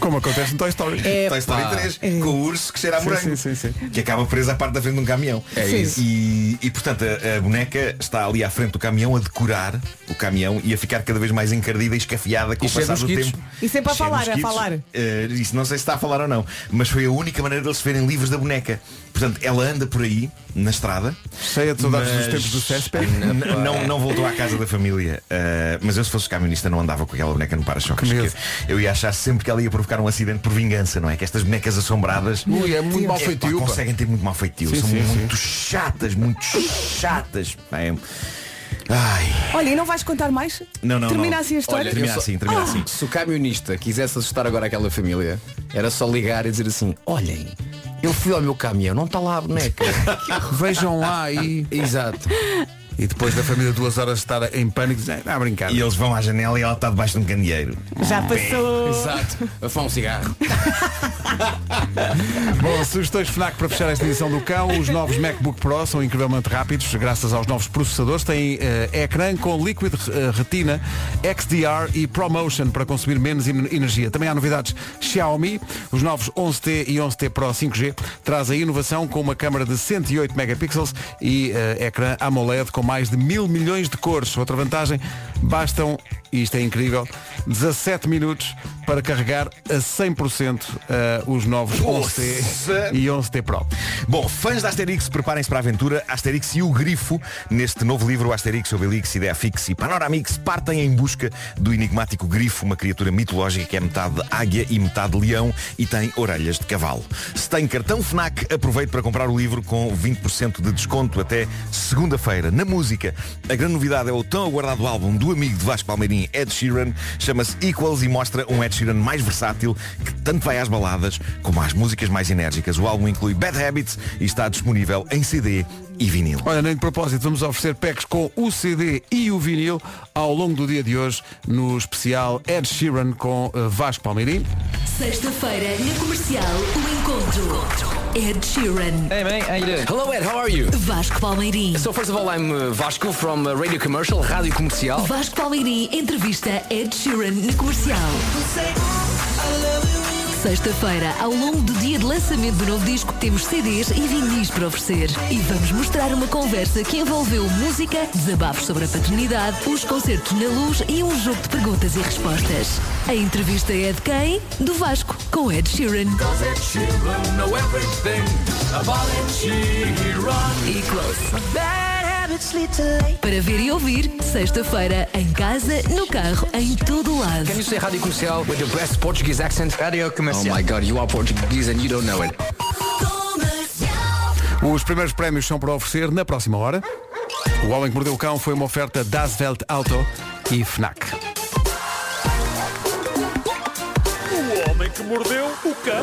Speaker 1: Como acontece no Toy Story.
Speaker 14: É, Toy Story 3, com o urso que cheira a
Speaker 1: É. Sim,
Speaker 14: morango.
Speaker 1: sim, sim, sim.
Speaker 14: Que acaba presa à parte da frente de um caminhão.
Speaker 2: É Sim. isso.
Speaker 14: E, e, portanto a, a boneca está ali à frente do caminhão a decorar o caminhão e a ficar cada vez mais encardida e escafiada com
Speaker 2: E
Speaker 14: o
Speaker 1: é
Speaker 2: cheia de
Speaker 14: passar do
Speaker 2: mosquitos.
Speaker 14: tempo.
Speaker 4: E sempre
Speaker 14: Cheia
Speaker 4: a
Speaker 14: de
Speaker 4: falar, a
Speaker 14: mosquitos.
Speaker 4: falar.
Speaker 14: Eh, isso não sei se está a falar ou não, mas foi a única maneira deles se verem livres da boneca. Portanto, ela anda por aí, na estrada.
Speaker 1: Cheia de saudades
Speaker 14: mas
Speaker 1: dos tempos do Césper.
Speaker 14: n- Não, não voltou à casa da família. Eh, mas eu se fosse camionista não andava com aquela boneca no para-choques.
Speaker 1: Que medo.
Speaker 14: que Eu ia achar sempre que ela ia provocar um acidente por vingança, não é? Que estas bonecas assombradas
Speaker 1: Ui, é muito mal
Speaker 14: Epá,
Speaker 1: feitio. pá.
Speaker 14: conseguem ter muito mal feitio.
Speaker 1: Sim,
Speaker 14: São
Speaker 1: sim,
Speaker 14: muito chatas, muito chatas. É. Ai.
Speaker 4: Olha, e não vais contar mais?
Speaker 14: Não, não,
Speaker 4: Termina
Speaker 14: não.
Speaker 4: assim a história?
Speaker 14: Olha, termina
Speaker 2: Eu só-
Speaker 14: assim, termina
Speaker 2: Ah!
Speaker 14: assim.
Speaker 2: Se o camionista quisesse assustar agora aquela família, era só ligar e dizer assim, olhem, eu fui ao meu caminhão,
Speaker 1: tá
Speaker 2: não está lá a boneca.
Speaker 1: Vejam lá e.
Speaker 2: Exato.
Speaker 1: E depois da família duas horas estar em pânico, dizem, "Ah, a brincar.
Speaker 14: E eles vão à janela e ela está debaixo de um candeeiro.
Speaker 4: Já passou.
Speaker 2: É, Exato. Afão um cigarro.
Speaker 1: Bom, sugestões FNAC para fechar esta edição do cão. Os novos MacBook Pro são incrivelmente rápidos, graças aos novos processadores. Têm eh, ecrã com Liquid eh, Retina, XDR e ProMotion para consumir menos en- energia. Também há novidades Xiaomi. Os novos 11T e 11T Pro 5G trazem inovação com uma câmara de 108 megapixels e eh, ecrã AMOLED com mais de mil milhões de cores. Outra vantagem, bastam, e isto é incrível, 17 minutos para carregar a 100% eh, os novos
Speaker 14: Poça!
Speaker 1: 11T e 11T Pro.
Speaker 14: Bom, fãs da Asterix, preparem-se para a aventura. Asterix e o Grifo, neste novo livro Asterix, Obelix, Ideia Fix e Panoramix, partem em busca do enigmático Grifo, uma criatura mitológica que é metade águia e metade leão e tem orelhas de cavalo. Se tem cartão FNAC, aproveite para comprar o livro com 20% de desconto até segunda-feira. Na música, a grande novidade é o tão aguardado álbum do amigo de Vasco Palmeirim, Ed Sheeran, chama-se Equals e mostra um Ed Sheeran mais versátil, que tanto vai às baladas como às músicas mais enérgicas. O álbum inclui Bad Habits e está disponível em CD e vinil.
Speaker 1: Olha, nem de propósito, vamos oferecer packs com o CD e o vinil ao longo do dia de hoje no especial Ed Sheeran com eh, Vasco Palmeirim.
Speaker 7: Sexta-feira, na comercial, o encontro. Ed Sheeran.
Speaker 16: Hey man, how you doing?
Speaker 2: Hello Ed, how are you?
Speaker 7: Vasco Palmeirim.
Speaker 2: So first of all, I'm uh, Vasco from uh, Radio Commercial, Rádio Comercial.
Speaker 7: Vasco Palmeirim entrevista Ed Sheeran na comercial. Sexta-feira, ao longo do dia de lançamento do novo disco, temos CDs e vinis para oferecer. E vamos mostrar uma conversa que envolveu música, desabafos sobre a paternidade, os concertos na luz e um jogo de perguntas e respostas. A entrevista é de quem? Do Vasco, com Ed Sheeran. E close. Para ver e ouvir, sexta-feira, em casa, no carro, em todo o lado.
Speaker 2: Can you say Rádio Comercial with the best Portuguese accent? Rádio Comercial. Oh my God, you are Portuguese and you don't know it.
Speaker 1: Os primeiros prémios são para oferecer na próxima hora. O Homem que Mordeu o Cão foi uma oferta das Welt Auto e FNAC.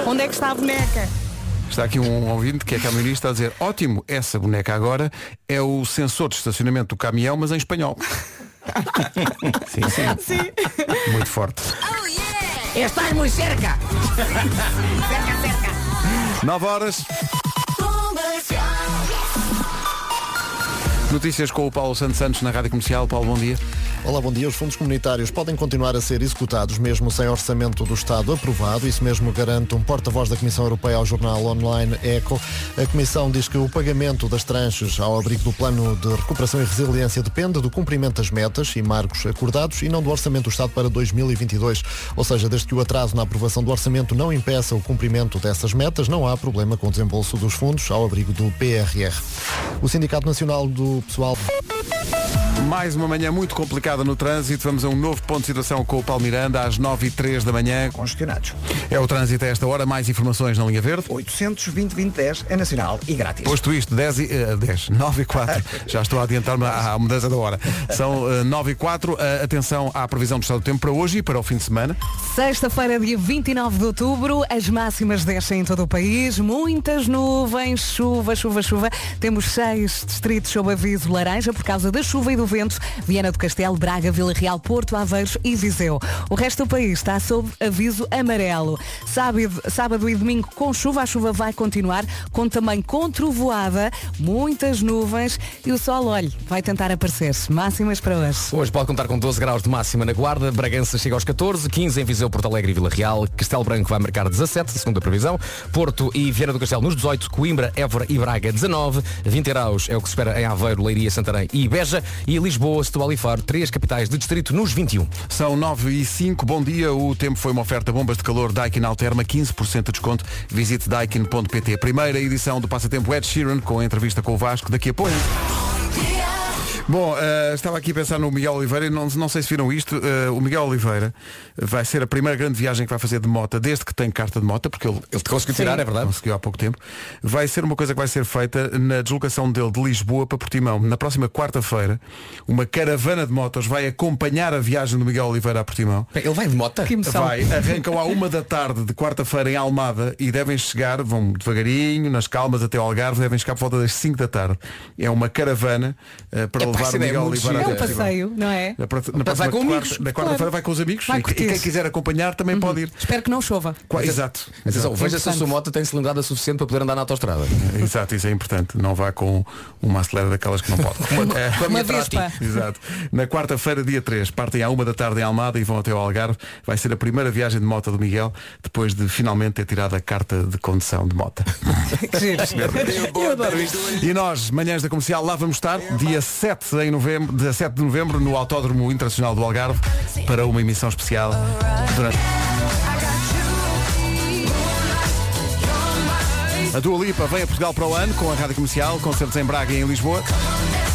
Speaker 4: Onde é que está a boneca?
Speaker 1: Está aqui um ouvinte que é camionista a dizer Ótimo, essa boneca agora é o sensor de estacionamento do caminhão, mas em espanhol. sim, sim.
Speaker 4: Sim.
Speaker 1: Muito forte.
Speaker 16: Oh, Estás muito cerca.
Speaker 1: 9 horas. Notícias com o Paulo Santos Santos na Rádio Comercial. Paulo, bom dia.
Speaker 12: Olá, bom dia. Os fundos comunitários podem continuar a ser executados mesmo sem orçamento do Estado aprovado. Isso mesmo garante um porta-voz da Comissão Europeia ao jornal online ECO. A Comissão diz que o pagamento das tranches ao abrigo do Plano de Recuperação e Resiliência depende do cumprimento das metas e marcos acordados e não do orçamento do Estado para 2022. Ou seja, desde que o atraso na aprovação do orçamento não impeça o cumprimento dessas metas, não há problema com o desembolso dos fundos ao abrigo do PRR. O Sindicato Nacional do Pessoal.
Speaker 1: Mais uma manhã muito complicada no trânsito. Vamos a um novo ponto de situação com o Palmiranda às 9 e 3 da manhã.
Speaker 3: Congestionados.
Speaker 1: É o trânsito a esta hora. Mais informações na linha verde.
Speaker 3: 820 2010 é nacional e grátis.
Speaker 1: Posto isto, 10 e, eh, 10, 9 e 4. Já estou a adiantar-me à à mudança da hora. São eh, 9 e 4. Eh, atenção à previsão do estado do tempo para hoje e para o fim de semana.
Speaker 4: Sexta-feira, dia 29 de outubro, as máximas descem em todo o país, muitas nuvens, chuva, chuva, chuva. Temos seis distritos sob aviso laranja por causa da chuva e do vento. Viana do Castelo, Braga, Vila Real, Porto, Aveiros e Viseu. O resto do país está sob aviso amarelo. Sábado, sábado e domingo com chuva, a chuva vai continuar, com também com trovoada, muitas nuvens e o sol, olhe, vai tentar aparecer. Máximas para hoje.
Speaker 2: Hoje pode contar com 12 graus de máxima na Guarda, Bragança chega aos 14, 15 em Viseu, Porto Alegre e Vila Real, Castelo Branco vai marcar 17, segundo a previsão, Porto e Viana do Castelo nos 18, Coimbra, Évora e Braga 19, 20 graus é o que se espera em Aveiro, Leiria, Santarém e Beja e Lisboa, Setúbal e Faro, três capitais de distrito nos 21.
Speaker 1: São 9 e 5, bom dia. O tempo foi uma oferta bombas de calor Daikin Alterma, 15% de desconto. Visite daikin.pt. Primeira edição do Passatempo Ed Sheeran com a entrevista com o Vasco daqui a pouco. Bom, eh, estava aqui a pensar no Miguel Oliveira e não, não sei se viram isto. eh, o Miguel Oliveira vai ser a primeira grande viagem que vai fazer de moto desde que tem carta de moto, porque ele, ele
Speaker 2: conseguiu tirar, é verdade.
Speaker 1: Conseguiu há pouco tempo. Vai ser uma coisa que vai ser feita na deslocação dele de Lisboa para Portimão. Na próxima quarta-feira, uma caravana de motos vai acompanhar a viagem do Miguel Oliveira a Portimão.
Speaker 2: Ele vai de moto?
Speaker 1: Que emoção. Vai, arrancam à uma da tarde de quarta-feira em Almada e devem chegar, vão devagarinho, nas calmas até ao Algarve, devem chegar por volta das 5 da tarde. É uma caravana eh, para
Speaker 4: É pá,
Speaker 1: levar
Speaker 4: essa
Speaker 1: o
Speaker 4: ideia
Speaker 1: Miguel
Speaker 4: é muito
Speaker 1: Oliveira
Speaker 4: gira. É um
Speaker 1: até Portugal.
Speaker 4: passeio, não é?
Speaker 1: Na, pró- na
Speaker 4: Vai
Speaker 1: próxima
Speaker 4: com
Speaker 1: quarta,
Speaker 4: amigos,
Speaker 1: na quarta-feira
Speaker 4: claro.
Speaker 1: vai com os amigos
Speaker 4: Vai
Speaker 1: e,
Speaker 4: Uhum.
Speaker 1: e quem
Speaker 4: curtir-se.
Speaker 1: quiser acompanhar também pode ir.
Speaker 4: Espero que não chova.
Speaker 1: Qua- Exato.
Speaker 2: é- Atenção,
Speaker 1: Exato.
Speaker 2: veja se a sua moto tem cilindrada suficiente para poder andar na autostrada.
Speaker 1: Exato, isso é importante. Não vá com uma acelera daquelas que não pode. É.
Speaker 2: com a minha Uma Trati. Vespa.
Speaker 1: Exato. Na quarta-feira, dia 3, partem à uma da tarde em Almada e vão até ao Algarve. Vai ser a primeira viagem de moto do Miguel, depois de finalmente ter tirado a carta de condução de moto.
Speaker 4: Eu adoro isto.
Speaker 1: E nós, manhãs da comercial, lá vamos estar, dia 7 em novembro, 17 de novembro, no Autódromo Internacional do Algarve, para uma emissão especial durante. A Dua Lipa vem a Portugal para o ano com a Rádio Comercial, concertos em Braga e em Lisboa.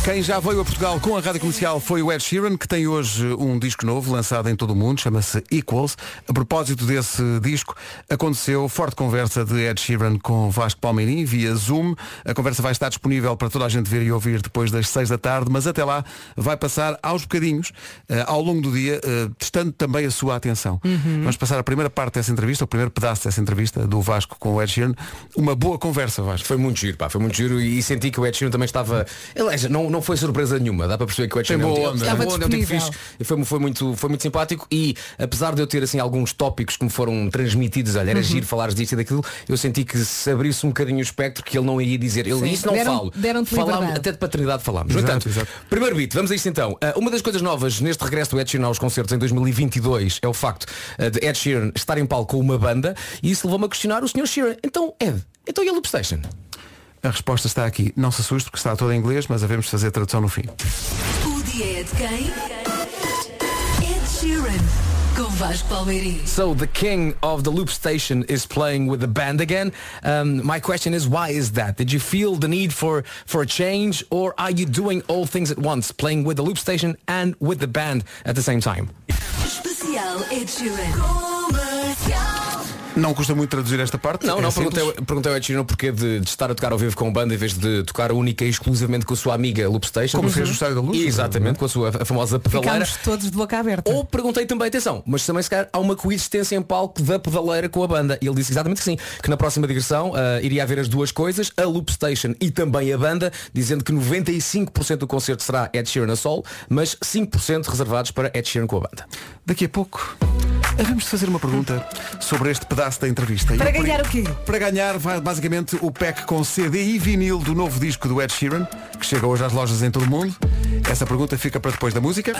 Speaker 1: Quem já veio a Portugal com a Rádio Comercial foi o Ed Sheeran, que tem hoje um disco novo lançado em todo o mundo, chama-se Equals. A propósito desse disco, aconteceu forte conversa de Ed Sheeran com Vasco Palmeirim via Zoom. A conversa vai estar disponível para toda a gente ver e ouvir depois das 6 da tarde, mas até lá vai passar aos bocadinhos, eh, ao longo do dia, eh, testando também a sua atenção.
Speaker 2: Uhum.
Speaker 1: Vamos passar a primeira parte dessa entrevista, o primeiro pedaço dessa entrevista do Vasco com o Ed Sheeran. Uma boa conversa, Vasco.
Speaker 2: Foi muito giro, pá, foi muito giro e senti que o Ed Sheeran também estava. Ele é- não, não foi surpresa nenhuma, dá para perceber que o Ed
Speaker 1: Tem
Speaker 2: Sheeran é um
Speaker 1: boa
Speaker 2: tipo-
Speaker 1: onda.
Speaker 2: é um
Speaker 1: Estava
Speaker 2: tipo- é um tipo
Speaker 1: disponível.
Speaker 2: fixe. E foi, foi muito, foi muito simpático e apesar de eu ter assim alguns tópicos que me foram transmitidos, olha, era
Speaker 4: Uhum.
Speaker 2: giro falares disto e daquilo, eu senti que se abriu-se um bocadinho o espectro que ele não iria dizer. Ele
Speaker 4: Sim.
Speaker 2: isso não
Speaker 4: Deram-
Speaker 2: falo.
Speaker 4: deram-te
Speaker 2: Falámos-
Speaker 4: liberdade.
Speaker 2: até de paternidade falámos.
Speaker 1: Exato,
Speaker 2: no entanto, primeiro beat, vamos a isto então. Ah, uma das coisas novas neste regresso do Ed Sheeran aos concertos em 2022 é o facto ah, de Ed Sheeran estar em palco com uma banda e isso levou-me a questionar o Sr. Sheeran. Então, Ed, então e a Loop Station?
Speaker 1: A resposta está aqui. Não se assuste porque está toda em inglês, mas havemos de fazer tradução no fim.
Speaker 7: O dia é de quem? Ed Sheeran. Com Vasco Palmeirim.
Speaker 2: So the king of the loop station is playing with the band again. Um, my question is, why is that? Did you feel the need for for a change, or are you doing all things at once, playing with the loop station and with the band at the same time?
Speaker 7: Especial Ed Sheeran. Comercial.
Speaker 1: Não custa muito traduzir esta parte?
Speaker 2: Não,
Speaker 1: É
Speaker 2: não,
Speaker 1: simples.
Speaker 2: perguntei, perguntei ao Ed Sheeran o porquê de, de estar a tocar ao vivo com a banda em vez de tocar única e exclusivamente com a sua amiga Loop Station.
Speaker 1: Como fez o Estádio da Luz.
Speaker 2: Exatamente, com a sua a famosa pedaleira.
Speaker 4: Ficámos todos de boca aberta.
Speaker 2: Ou perguntei também, atenção, mas também se calhar há uma coexistência em palco da pedaleira com a banda. E ele disse exatamente que sim, que na próxima digressão ah, iria haver as duas coisas, a Loop Station e também a banda, dizendo que 95% do concerto será Ed Sheeran a solo, mas 5% reservados para Ed Sheeran com a banda.
Speaker 1: Daqui a pouco, eh, Vamos fazer uma pergunta sobre este pedaço da entrevista. E
Speaker 4: Para
Speaker 1: o pri-
Speaker 4: ganhar o quê?
Speaker 1: Para ganhar, vai basicamente o pack com CD e vinil do novo disco do Ed Sheeran, que chega hoje às lojas em todo o mundo. Essa pergunta fica para depois da música.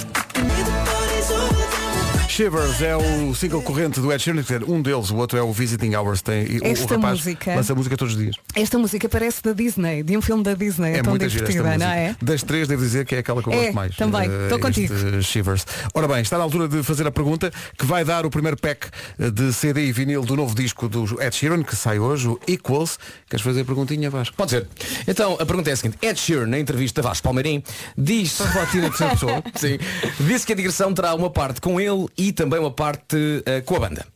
Speaker 1: Shivers é o single corrente do Ed Sheeran, quer dizer, um deles, o outro é o Visiting Hours. Tem, e o- o
Speaker 4: Esta
Speaker 1: rapaz
Speaker 4: música-
Speaker 1: lança música todos os dias.
Speaker 4: Esta música parece da Disney, de um filme da Disney. É, tão
Speaker 1: muita gira esta
Speaker 4: divertida, não
Speaker 1: música.
Speaker 4: é?
Speaker 1: Das três, devo dizer que é aquela que eu
Speaker 4: É,
Speaker 1: gosto mais.
Speaker 4: também.
Speaker 1: Eh,
Speaker 4: Estou contigo.
Speaker 1: este Shivers. Ora bem, está na altura de fazer a pergunta que vai dar o primeiro pack eh, de CD e vinil do novo disco do Ed Sheeran, que sai hoje, o Equals. Queres fazer a perguntinha, Vasco?
Speaker 2: Pode ser. Então, a pergunta é a seguinte. Ed Sheeran, na entrevista a Vasco Palmeirim, diz... Sim. Disse que a digressão terá uma parte com ele e também uma parte eh, com a banda.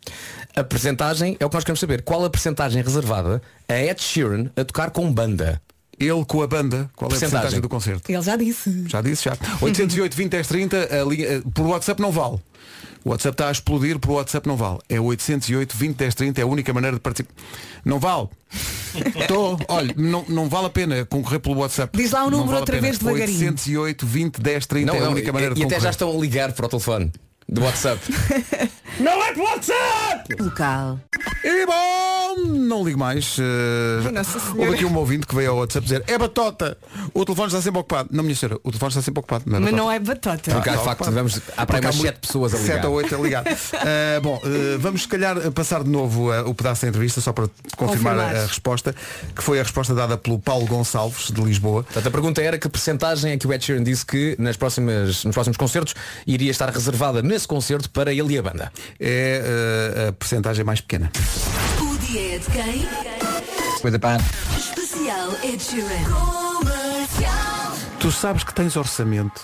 Speaker 2: A percentagem é o que nós queremos saber. Qual a percentagem reservada a Ed Sheeran a tocar com banda?
Speaker 1: Ele com a banda? Qual é a percentagem do concerto?
Speaker 4: Ele já disse.
Speaker 1: Já disse, já. 808 20 10 30, a linha, eh, por WhatsApp não vale. O WhatsApp está a explodir, por WhatsApp não vale. É 808 20 10 30, é a única maneira de participar. Não vale. Estou, olha, não, não vale a pena concorrer pelo WhatsApp.
Speaker 4: Diz lá o
Speaker 1: Não
Speaker 4: número
Speaker 1: vale a
Speaker 4: outra
Speaker 1: pena.
Speaker 4: vez devagarinho.
Speaker 1: 808 20 10 30 é a única maneira
Speaker 2: e,
Speaker 1: de
Speaker 2: e até
Speaker 1: concorrer.
Speaker 2: já estão a ligar para o telefone do WhatsApp.
Speaker 1: Não é WhatsApp!
Speaker 7: Local.
Speaker 1: E bom, não ligo mais. eh,
Speaker 4: Nossa Senhora.
Speaker 1: Houve aqui um ouvinte que veio ao WhatsApp dizer é batota, o telefone está sempre ocupado. Não, minha senhora, o telefone está sempre ocupado. é
Speaker 4: Mas
Speaker 1: batota.
Speaker 4: não é batota.
Speaker 1: Porque há de facto, vamos, há para aí umas
Speaker 2: Ah, Porque há
Speaker 1: 7 pessoas a ligar.
Speaker 2: sete ou oito
Speaker 1: a ligar. Eh, bom, eh, vamos se calhar passar de novo eh, o pedaço da entrevista, só para confirmar a,
Speaker 2: Confirmar.
Speaker 1: a resposta, que foi a resposta dada pelo Paulo Gonçalves, de Lisboa.
Speaker 2: Portanto, a pergunta era que percentagem é que o Ed Sheeran disse que nas próximas, nos próximos concertos iria estar reservada nesse concerto para ele e a banda.
Speaker 1: É eh, a percentagem mais pequena.
Speaker 7: O dia é de quem? Especial Ed Sheeran. Comercial.
Speaker 1: Tu sabes que tens orçamento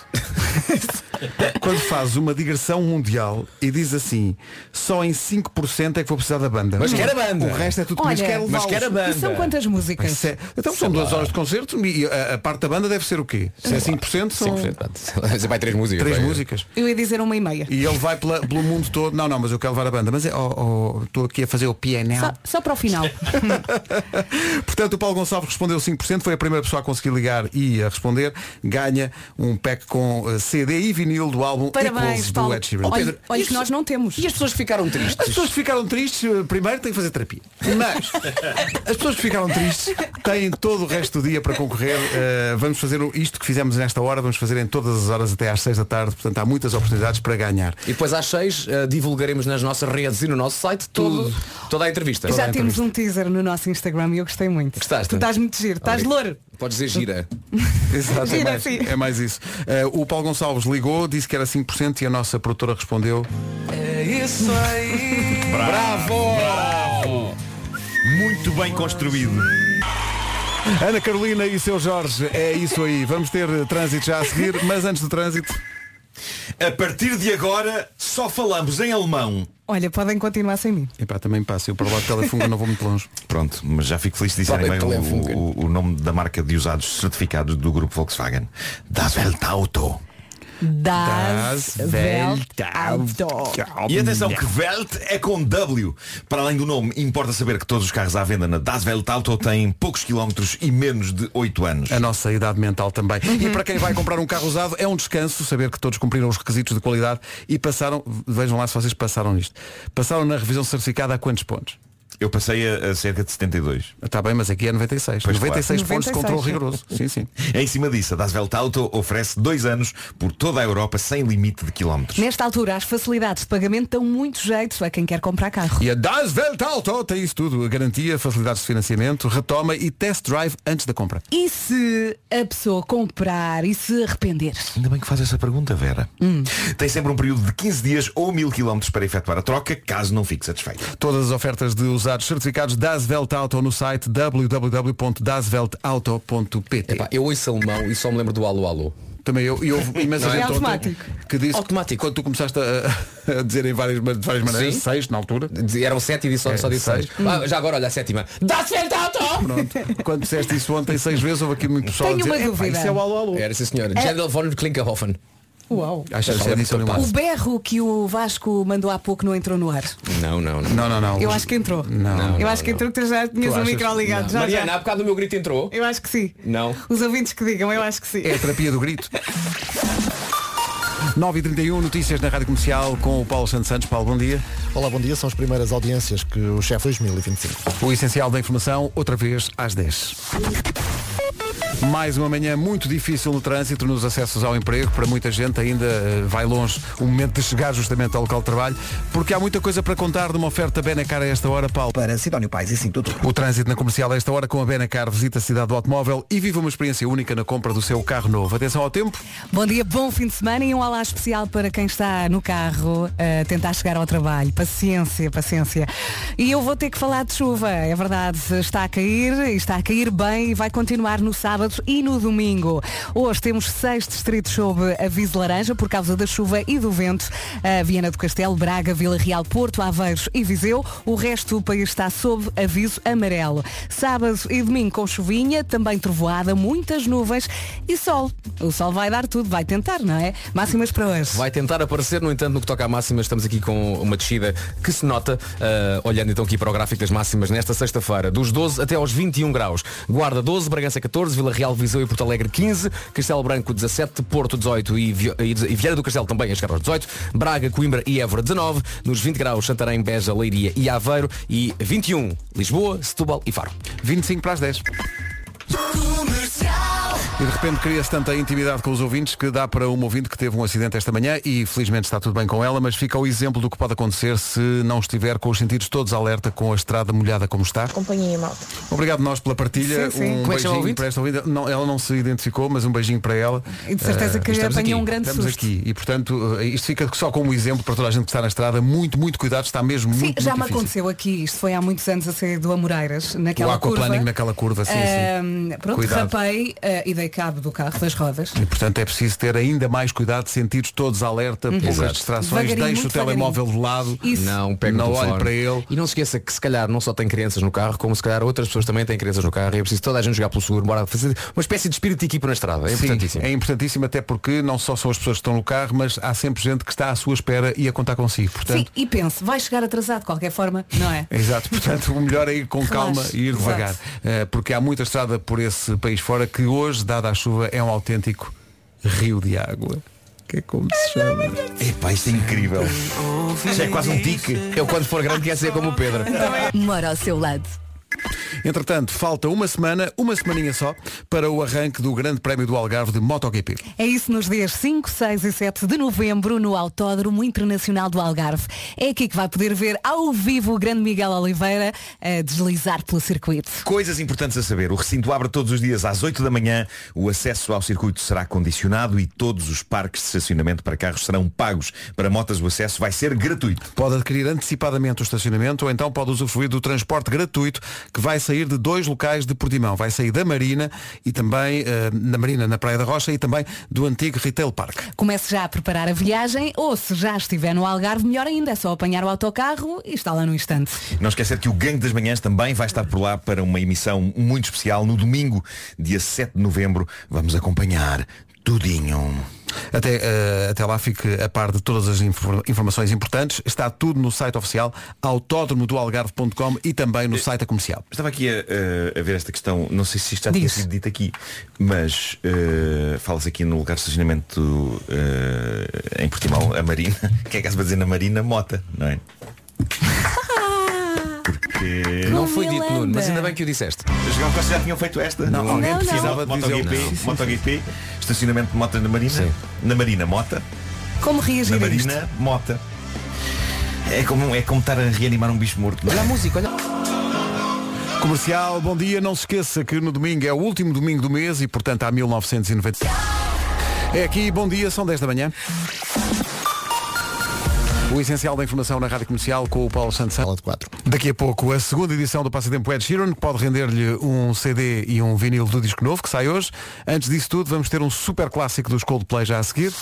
Speaker 1: quando fazes uma digressão mundial e diz assim, só em 5% é que vou precisar da banda.
Speaker 2: Mas quer a banda.
Speaker 1: O resto é tudo
Speaker 4: Olha,
Speaker 1: mas quer
Speaker 4: mas quer a banda. e são quantas músicas?
Speaker 1: Mas se- Então são duas horas de concerto e a, a parte da banda deve ser o quê? Se é 5% são...
Speaker 2: 5%, pronto. Vai três músicas.
Speaker 1: Três
Speaker 2: vai.
Speaker 1: músicas.
Speaker 4: Eu ia dizer uma e meia.
Speaker 1: E ele vai pela- pelo mundo todo. Não, não, mas eu quero levar a banda. Mas é, estou aqui a fazer o PNL.
Speaker 4: Só, só para o final.
Speaker 1: Portanto, o Paulo Gonçalves respondeu 5%, foi a primeira pessoa a conseguir ligar e a responder. Ganha um pack com eh, CD e vinil do álbum
Speaker 4: Parabéns,
Speaker 1: Equals
Speaker 4: Paulo.
Speaker 1: do Ed Sheeran.
Speaker 4: Olha- olha que nós não temos. E
Speaker 2: as pessoas ficaram tristes.
Speaker 1: As pessoas que ficaram tristes, eh, primeiro têm que fazer terapia. Mas as pessoas que ficaram tristes têm todo o resto do dia para concorrer. Eh, vamos fazer o- isto que fizemos nesta hora, vamos fazer em todas as horas até às 6 da tarde. Portanto, há muitas oportunidades para ganhar.
Speaker 2: E depois às seis eh, divulgaremos nas nossas redes e no nosso site tudo, toda a entrevista.
Speaker 4: Já temos um teaser no nosso Instagram e eu gostei muito.
Speaker 2: Gostaste?
Speaker 4: Tu estás muito giro, estás
Speaker 2: Obrigado.
Speaker 4: louro.
Speaker 2: Podes dizer gira.
Speaker 1: Exato, é
Speaker 4: Gira,
Speaker 1: mais,
Speaker 4: sim.
Speaker 1: é mais isso. Eh, o Paulo Gonçalves ligou, disse que era 5% e a nossa produtora respondeu.
Speaker 16: É isso aí.
Speaker 14: Bravo! Muito bem construído.
Speaker 1: Ana Carolina e seu Jorge, é isso aí. Vamos ter eh, trânsito já a seguir, mas antes do trânsito.
Speaker 14: A partir de agora só falamos em alemão.
Speaker 4: Olha, podem continuar sem mim.
Speaker 1: Epá, também passa, eu para lá de Telefunga não vou muito longe.
Speaker 14: Pronto, mas já fico feliz de disserem bem
Speaker 1: Vale,
Speaker 14: o,
Speaker 1: Telefunken.
Speaker 14: o- o nome da marca de usados certificados do grupo Volkswagen. Das Weltauto.
Speaker 4: Das, Weltauto.
Speaker 14: E atenção que Welt é com W. Para além do nome, importa saber que todos os carros à venda na Das Weltauto têm poucos quilómetros e menos de 8 anos.
Speaker 1: A nossa idade mental também. E para quem vai comprar um carro usado, é um descanso saber que todos cumpriram os requisitos de qualidade e passaram, vejam lá se vocês passaram nisto, passaram na revisão certificada a quantos pontos?
Speaker 14: Eu passei a, a cerca de 72.
Speaker 1: Está bem, mas aqui é 96. 96 pontos de controle rigoroso. Sim, sim.
Speaker 14: É Em cima disso, a Das Welt Auto oferece dois anos por toda a Europa sem limite de quilómetros.
Speaker 4: Nesta altura, as facilidades de pagamento dão muito jeito a quem quer comprar carro.
Speaker 1: E a Das Welt Auto tem isso tudo. Garantia, facilidades de financiamento, retoma e test drive antes da compra.
Speaker 4: E se a pessoa comprar e se arrepender?
Speaker 14: Ainda bem que faz essa pergunta, Vera. Tem sempre um período de 15 dias ou 1000 quilómetros para efetuar a troca, caso não fique satisfeito.
Speaker 1: Todas as ofertas de usados certificados Das Welt Auto no site www.dasweltauto.pt
Speaker 2: Eu ouço alemão e só me lembro do alô alô.
Speaker 1: Também eu, e houve imensa
Speaker 2: Não é?
Speaker 1: gente
Speaker 2: É
Speaker 1: ontem
Speaker 2: automático.
Speaker 1: que disse automático. quando tu começaste a, a dizer em várias, de várias maneiras,
Speaker 2: Sim.
Speaker 1: seis na altura.
Speaker 2: Eram sete e disse só,
Speaker 1: É,
Speaker 2: só disse seis.
Speaker 1: seis.
Speaker 2: Ah, já agora olha a sétima.
Speaker 16: Das Weltauto!
Speaker 1: Pronto. Quando disseste isso ontem seis vezes, houve aqui muito pessoal
Speaker 4: Tenho
Speaker 1: a dizer,
Speaker 4: uma
Speaker 1: "Epá,
Speaker 4: dúvida."
Speaker 1: isso é o alô alô.
Speaker 2: Era essa senhora.
Speaker 4: É.
Speaker 2: General von Klinkerhofen.
Speaker 4: Uau!
Speaker 1: Achas que
Speaker 2: Só
Speaker 1: é
Speaker 2: lembro
Speaker 1: disso
Speaker 2: do
Speaker 1: ou não?
Speaker 2: passo.
Speaker 4: O berro que o Vasco mandou há pouco não entrou no ar.
Speaker 2: Não, não, não.
Speaker 1: Não, não, não.
Speaker 4: Eu acho que entrou.
Speaker 1: Não.
Speaker 4: Eu acho que entrou que tu já tinhas
Speaker 2: Tu
Speaker 4: o
Speaker 2: achas?
Speaker 4: micro ligado.
Speaker 2: Não.
Speaker 4: Já,
Speaker 2: Mariana,
Speaker 4: já.
Speaker 2: há bocado o meu grito entrou.
Speaker 4: Eu acho que sim.
Speaker 2: Não.
Speaker 4: Os ouvintes que digam, eu acho que sim.
Speaker 1: É a terapia do grito. 9h31, notícias na Rádio Comercial com o Paulo Santos Santos. Paulo, bom dia.
Speaker 12: Olá, bom dia. São as primeiras audiências que o chefe 2025.
Speaker 1: O essencial da informação, outra vez às 10. Mais uma manhã muito difícil no trânsito, nos acessos ao emprego. Para muita gente ainda eh, vai longe o momento de chegar justamente ao local de trabalho, porque há muita coisa para contar de uma oferta Benacar a esta hora, Paulo.
Speaker 3: Para Sidónio Pais e Cinto
Speaker 1: O trânsito na comercial a esta hora com a Benacar visita a cidade do automóvel e vive uma experiência única na compra do seu carro novo. Atenção ao tempo.
Speaker 4: Bom dia, bom fim de semana e um olá especial para quem está no carro a tentar chegar ao trabalho. Paciência, paciência. E eu vou ter que falar de chuva, é verdade. Está a cair e está a cair bem e vai continuar no sábado e no domingo. Hoje temos seis distritos sob aviso laranja por causa da chuva e do vento. A Viana do Castelo, Braga, Vila Real, Porto, Aveiros e Viseu. O resto do país está sob aviso amarelo. Sábado e domingo com chuvinha, também trovoada, muitas nuvens e sol. O sol vai dar tudo, vai tentar, não é? Máximas para hoje.
Speaker 2: Vai tentar aparecer, no entanto, no que toca à máxima, estamos aqui com uma descida que se nota, ah, olhando então aqui para o gráfico das máximas nesta sexta-feira, dos 12 até aos 21 graus. Guarda 12, Bragança 14, Vila Real, Viseu e Porto Alegre 15, Castelo Branco 17, Porto 18 e, Vi e Dez- e Vieira do Castelo também a chegar aos 18, Braga, Coimbra e Évora 19, nos 20 graus Santarém, Beja, Leiria e Aveiro e 21 Lisboa, Setúbal e Faro.
Speaker 1: 25 para as 10. E de repente cria-se tanta intimidade com os ouvintes que dá para uma ouvinte que teve um acidente esta manhã e felizmente está tudo bem com ela, mas fica o exemplo do que pode acontecer se não estiver com os sentidos todos alerta com a estrada molhada como está.
Speaker 15: Companhia malta.
Speaker 1: Obrigado nós pela partilha.
Speaker 15: Sim, sim.
Speaker 1: Um
Speaker 15: Como é que chama a
Speaker 1: beijinho
Speaker 15: ouvinte?
Speaker 1: para esta ouvinte. Não, ela não se identificou, mas um beijinho para ela.
Speaker 4: E de certeza
Speaker 1: Eh,
Speaker 4: que
Speaker 1: estamos
Speaker 4: apanhou
Speaker 1: aqui,
Speaker 4: um grande
Speaker 1: estamos
Speaker 4: susto.
Speaker 1: aqui e portanto eh, isto fica só como um exemplo para toda a gente que está na estrada. Muito, muito cuidado, está mesmo
Speaker 4: Sim,
Speaker 1: muito,
Speaker 4: já me
Speaker 1: muito difícil.
Speaker 4: aconteceu aqui, isto foi há muitos anos a sair do Amoreiras, naquela
Speaker 1: O
Speaker 4: curva. Eh,
Speaker 1: aquaplaning naquela curva, sim,
Speaker 4: Ahm,
Speaker 1: sim.
Speaker 4: Pronto,
Speaker 1: Cuidado.
Speaker 4: rapei eh, e dei cabo do carro, das rodas.
Speaker 1: E, portanto, é preciso ter ainda mais cuidado, sentidos todos alerta,
Speaker 4: Uhum.
Speaker 1: poucas
Speaker 4: Exato.
Speaker 1: distrações,
Speaker 4: Devagarinho,
Speaker 1: deixe o
Speaker 4: muito
Speaker 1: telemóvel de lado,
Speaker 2: Não, pega
Speaker 1: não
Speaker 2: o
Speaker 1: olhe
Speaker 2: telefone.
Speaker 1: para ele.
Speaker 2: E não se esqueça que se calhar não só tem crianças no carro, como se calhar outras pessoas também têm crianças no carro. E é preciso toda a gente jogar pelo seguro, bora fazer uma espécie de espírito de equipa na estrada. É
Speaker 1: Sim,
Speaker 2: importantíssimo.
Speaker 1: é importantíssimo até porque não só são as pessoas que estão no carro, mas há sempre gente que está à sua espera e a contar consigo.
Speaker 4: Sim,
Speaker 1: Portanto,
Speaker 4: e penso, vai chegar atrasado de qualquer forma, não é?
Speaker 1: Exato, portanto o melhor é ir com
Speaker 4: Relaxa,
Speaker 1: calma e ir
Speaker 4: exato.
Speaker 1: devagar. Eh, porque há muita estrada por esse país fora que hoje, dada a chuva, é um autêntico rio de água. Que é como se chama.
Speaker 14: Epá, isto é incrível. Isto é quase um tique.
Speaker 2: Eu quando for grande quero ser como o Pedro.
Speaker 1: Ah,
Speaker 7: Mora ao seu lado.
Speaker 1: Entretanto, falta uma semana, uma semaninha só, para o arranque do Grande Prémio do Algarve de MotoGP.
Speaker 4: É isso nos dias 5, 6 e 7 de novembro no Autódromo Internacional do Algarve. É aqui que vai poder ver ao vivo o grande Miguel Oliveira a deslizar pelo circuito.
Speaker 14: Coisas importantes a saber. O recinto abre todos os dias às 8 da manhã. O acesso ao circuito será condicionado e todos os parques de estacionamento para carros serão pagos. Para motas o acesso vai ser gratuito.
Speaker 1: Pode adquirir antecipadamente o estacionamento ou então pode usufruir do transporte gratuito que vai sair de dois locais de Portimão. Vai sair da Marina e também eh, na Marina, na Praia da Rocha e também do antigo Retail Park.
Speaker 4: Comece já a preparar a viagem ou se já estiver no Algarve, melhor ainda, é só apanhar o autocarro e está lá no instante.
Speaker 14: Não esquecer que o Gangue das Manhãs também vai estar por lá para uma emissão muito especial no domingo, dia 7 de novembro. Vamos acompanhar tudinho.
Speaker 1: Até, eh, até lá fique a par de todas as infor- informações importantes. Está tudo no site oficial autódromo do Algarve.com e também no site da comercial.
Speaker 14: Estava aqui a, a- a ver esta questão, não sei se isto já tinha
Speaker 1: Diz.
Speaker 14: sido dito aqui, mas eh, fala-se aqui no lugar de estacionamento eh, em Portimão, a Marina. O que é que há-se para dizer na Marina? Mota, não é? Porque...
Speaker 2: Não foi dito, Nuno, mas ainda bem que o disseste.
Speaker 14: Chegaram quase já tinham feito esta?
Speaker 2: Não,
Speaker 14: alguém
Speaker 2: não,
Speaker 14: precisava
Speaker 2: não.
Speaker 14: de MotoGP,
Speaker 2: Não.
Speaker 14: MotoGP, estacionamento de mota na Marina, na Marina Mota,
Speaker 4: Como reagir
Speaker 14: na
Speaker 4: a isto?
Speaker 14: Marina Mota. É como, é como estar a reanimar um bicho morto. não é?
Speaker 2: Olha a música, olha.
Speaker 1: Comercial, bom dia. Não se esqueça que no domingo é o último domingo do mês e, portanto, há 1990. É aqui, bom dia, são 10 da manhã. O essencial da informação na Rádio Comercial com o Paulo Santos. Sala
Speaker 12: de 4.
Speaker 1: Daqui a pouco a segunda edição do Passatempo Ed Sheeran, que pode render-lhe um CD e um vinil do disco novo que sai hoje. Antes disso tudo, vamos ter um super clássico dos Coldplay já a seguir.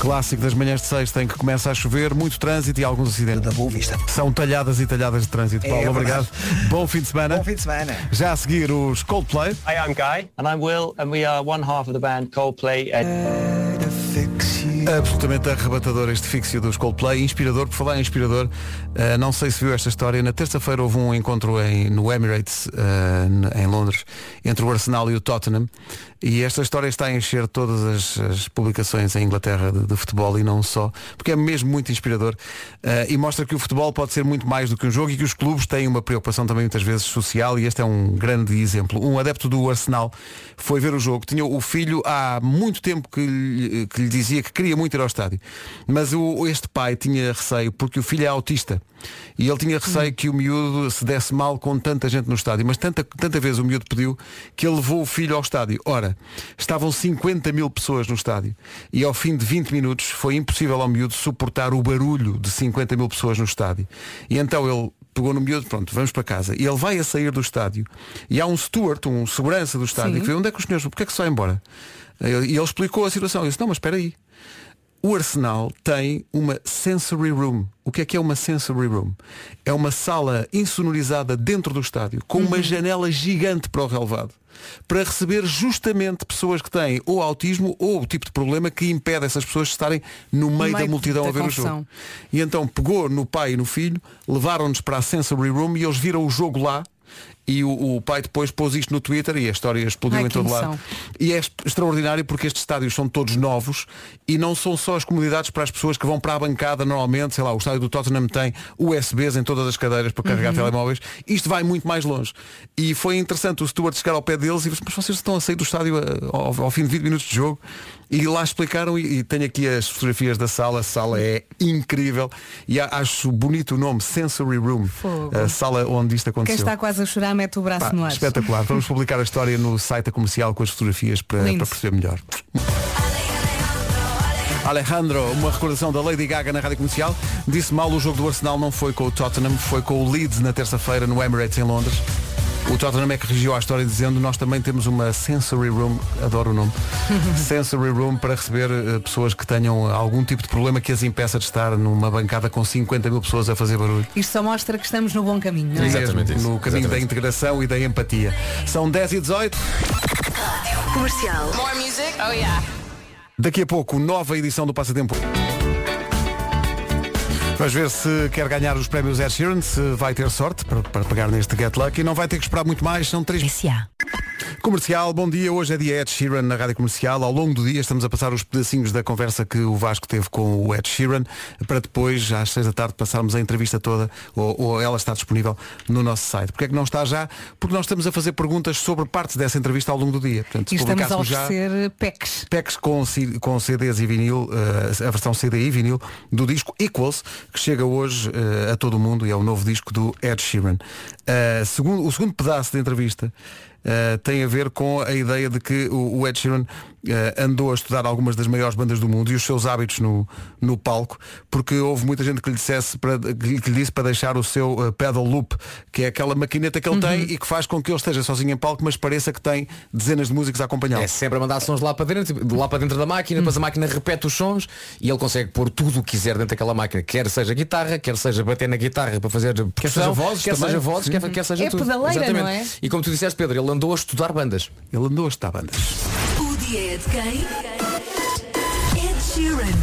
Speaker 1: Clássico das manhãs de sexta em que começa a chover, muito trânsito e alguns acidentes. Da
Speaker 3: boa vista.
Speaker 1: São talhadas e talhadas de trânsito.
Speaker 3: É,
Speaker 1: Paulo,
Speaker 3: é
Speaker 1: obrigado.
Speaker 3: verdade.
Speaker 1: Bom fim de semana. Bom fim
Speaker 3: de semana.
Speaker 1: Já a seguir os Coldplay.
Speaker 17: Hi, I'm Guy. And I'm Will, and we are one half of the band Coldplay. And...
Speaker 1: Absolutamente arrebatador este fixio dos Coldplay, inspirador, por falar em inspirador, eh, não sei se viu esta história, na terça-feira houve um encontro em, no Emirates, eh, n- em Londres, entre o Arsenal e o Tottenham, e esta história está a encher todas as, as publicações em Inglaterra de, de futebol e não só, porque é mesmo muito inspirador eh, e mostra que o futebol pode ser muito mais do que um jogo e que os clubes têm uma preocupação também muitas vezes social e este é um grande exemplo. Um adepto do Arsenal foi ver o jogo, tinha o filho há muito tempo que lhe, que lhe dizia que queria muito ir ao estádio, mas o, este pai tinha receio porque o filho é autista e ele tinha receio que o miúdo se desse mal com tanta gente no estádio, mas tanta, tanta vez o miúdo pediu que ele levou o filho ao estádio. Ora, estavam 50 mil pessoas no estádio e ao fim de 20 minutos foi impossível ao miúdo suportar o barulho de 50 mil pessoas no estádio. E então ele pegou no miúdo, pronto, vamos para casa. E ele vai a sair do estádio e há um steward, um segurança do estádio,
Speaker 15: Sim.
Speaker 1: que vê onde é que os senhores, porque é que se vai embora? E ele e ele explicou a situação. Eu disse, não, mas espera aí. O Arsenal tem uma sensory room. O que é que é uma sensory room? É uma sala insonorizada dentro do estádio, com uma
Speaker 15: Uhum.
Speaker 1: janela gigante para o relevado, para receber justamente pessoas que têm ou autismo ou o tipo de problema que impede essas pessoas de estarem no meio,
Speaker 15: meio
Speaker 1: da multidão
Speaker 15: da
Speaker 1: a ver o
Speaker 15: confusão.
Speaker 1: jogo. E então pegou no pai e no filho, levaram-nos para a Sensory Room e eles viram o jogo lá. E o, o pai depois pôs isto no Twitter e a história explodiu
Speaker 15: Ai,
Speaker 1: em
Speaker 15: que
Speaker 1: todo
Speaker 15: emoção.
Speaker 1: lado. E é es- extraordinário porque estes estádios são todos novos e não são só as comodidades para as pessoas que vão para a bancada normalmente, sei lá, o estádio do Tottenham tem USBs em todas as cadeiras para carregar
Speaker 15: Uhum.
Speaker 1: telemóveis. Isto vai muito mais longe. E foi interessante o Stuart chegar ao pé deles e disse, mas vocês estão a sair do estádio eh, ao, ao fim de 20 minutos de jogo. E lá explicaram, e, e tenho aqui as fotografias da sala, a sala é incrível e a- acho bonito o nome, Sensory Room,
Speaker 4: Fogo.
Speaker 1: a sala onde isto
Speaker 4: Quem
Speaker 1: aconteceu.
Speaker 4: está quase a chorar mete o braço
Speaker 1: Pá,
Speaker 4: no ar.
Speaker 1: espetacular. Vamos publicar a história no site da comercial com as fotografias para,
Speaker 4: Lindo.
Speaker 1: para perceber melhor. Alejandro, uma recordação da Lady Gaga na rádio comercial, disse mal o jogo do Arsenal não foi com o Tottenham, foi com o Leeds na terça-feira no Emirates em Londres. O Tottenham é que regiu a história dizendo nós também temos uma sensory room, adoro o nome, sensory room para receber eh, pessoas que tenham algum tipo de problema que as impeça de estar numa bancada com 50 mil pessoas a fazer barulho.
Speaker 4: Isto só mostra que estamos no bom caminho, não é?
Speaker 1: Mesmo No caminho da integração e da empatia. São 10 e 18.
Speaker 7: Comercial.
Speaker 17: More music? Oh yeah.
Speaker 1: Daqui a pouco, nova edição do Passatempo. Vamos ver se quer ganhar os prémios Ed Sheeran, se vai ter sorte para, para pegar neste Get Lucky. Não vai ter que esperar muito mais, são três... Comercial, bom dia. Hoje é dia Ed Sheeran na Rádio Comercial. Ao longo do dia estamos a passar os pedacinhos da conversa que o Vasco teve com o Ed Sheeran para depois, às seis da tarde, passarmos a entrevista toda ou, ou ela está disponível no nosso site. Porquê é que não está já? Porque nós estamos a fazer perguntas sobre partes dessa entrevista ao longo do dia. Portanto, se
Speaker 4: E estamos a
Speaker 1: publicássemos já-
Speaker 4: oferecer packs.
Speaker 1: Packs com, ci- com CDs e vinil, eh, a versão CD e vinil do disco Equals, que chega hoje eh, a todo o mundo e é o novo disco do Ed Sheeran. Eh, segundo, o segundo pedaço da entrevista eh, tem a ver com a ideia de que o, o Ed Sheeran eh, andou a estudar algumas das maiores bandas do mundo e os seus hábitos no, no palco, porque houve muita gente que lhe, dissesse para, que lhe que lhe disse para deixar o seu eh, pedal loop, que é aquela maquineta que ele tem e que faz com que ele esteja sozinho em palco, mas pareça que tem dezenas de músicos a acompanhá-lo.
Speaker 2: É sempre a mandar sons lá para dentro, tipo, lá para dentro da máquina,
Speaker 1: Hum.
Speaker 2: depois a máquina repete os sons e ele consegue pôr tudo o que quiser dentro daquela máquina, quer seja guitarra, quer seja bater na guitarra para fazer
Speaker 1: seja
Speaker 2: percussão,
Speaker 1: vozes
Speaker 2: quer
Speaker 1: também.
Speaker 2: seja vozes, quer,
Speaker 1: Uhum.
Speaker 2: quer seja
Speaker 4: É
Speaker 2: tudo.
Speaker 4: pedaleira, não é?
Speaker 2: E como tu disseste, Pedro, ele andou a estudar bandas.
Speaker 1: Ele andou a estudar bandas.
Speaker 7: O dia é de quem? Ed Sheeran.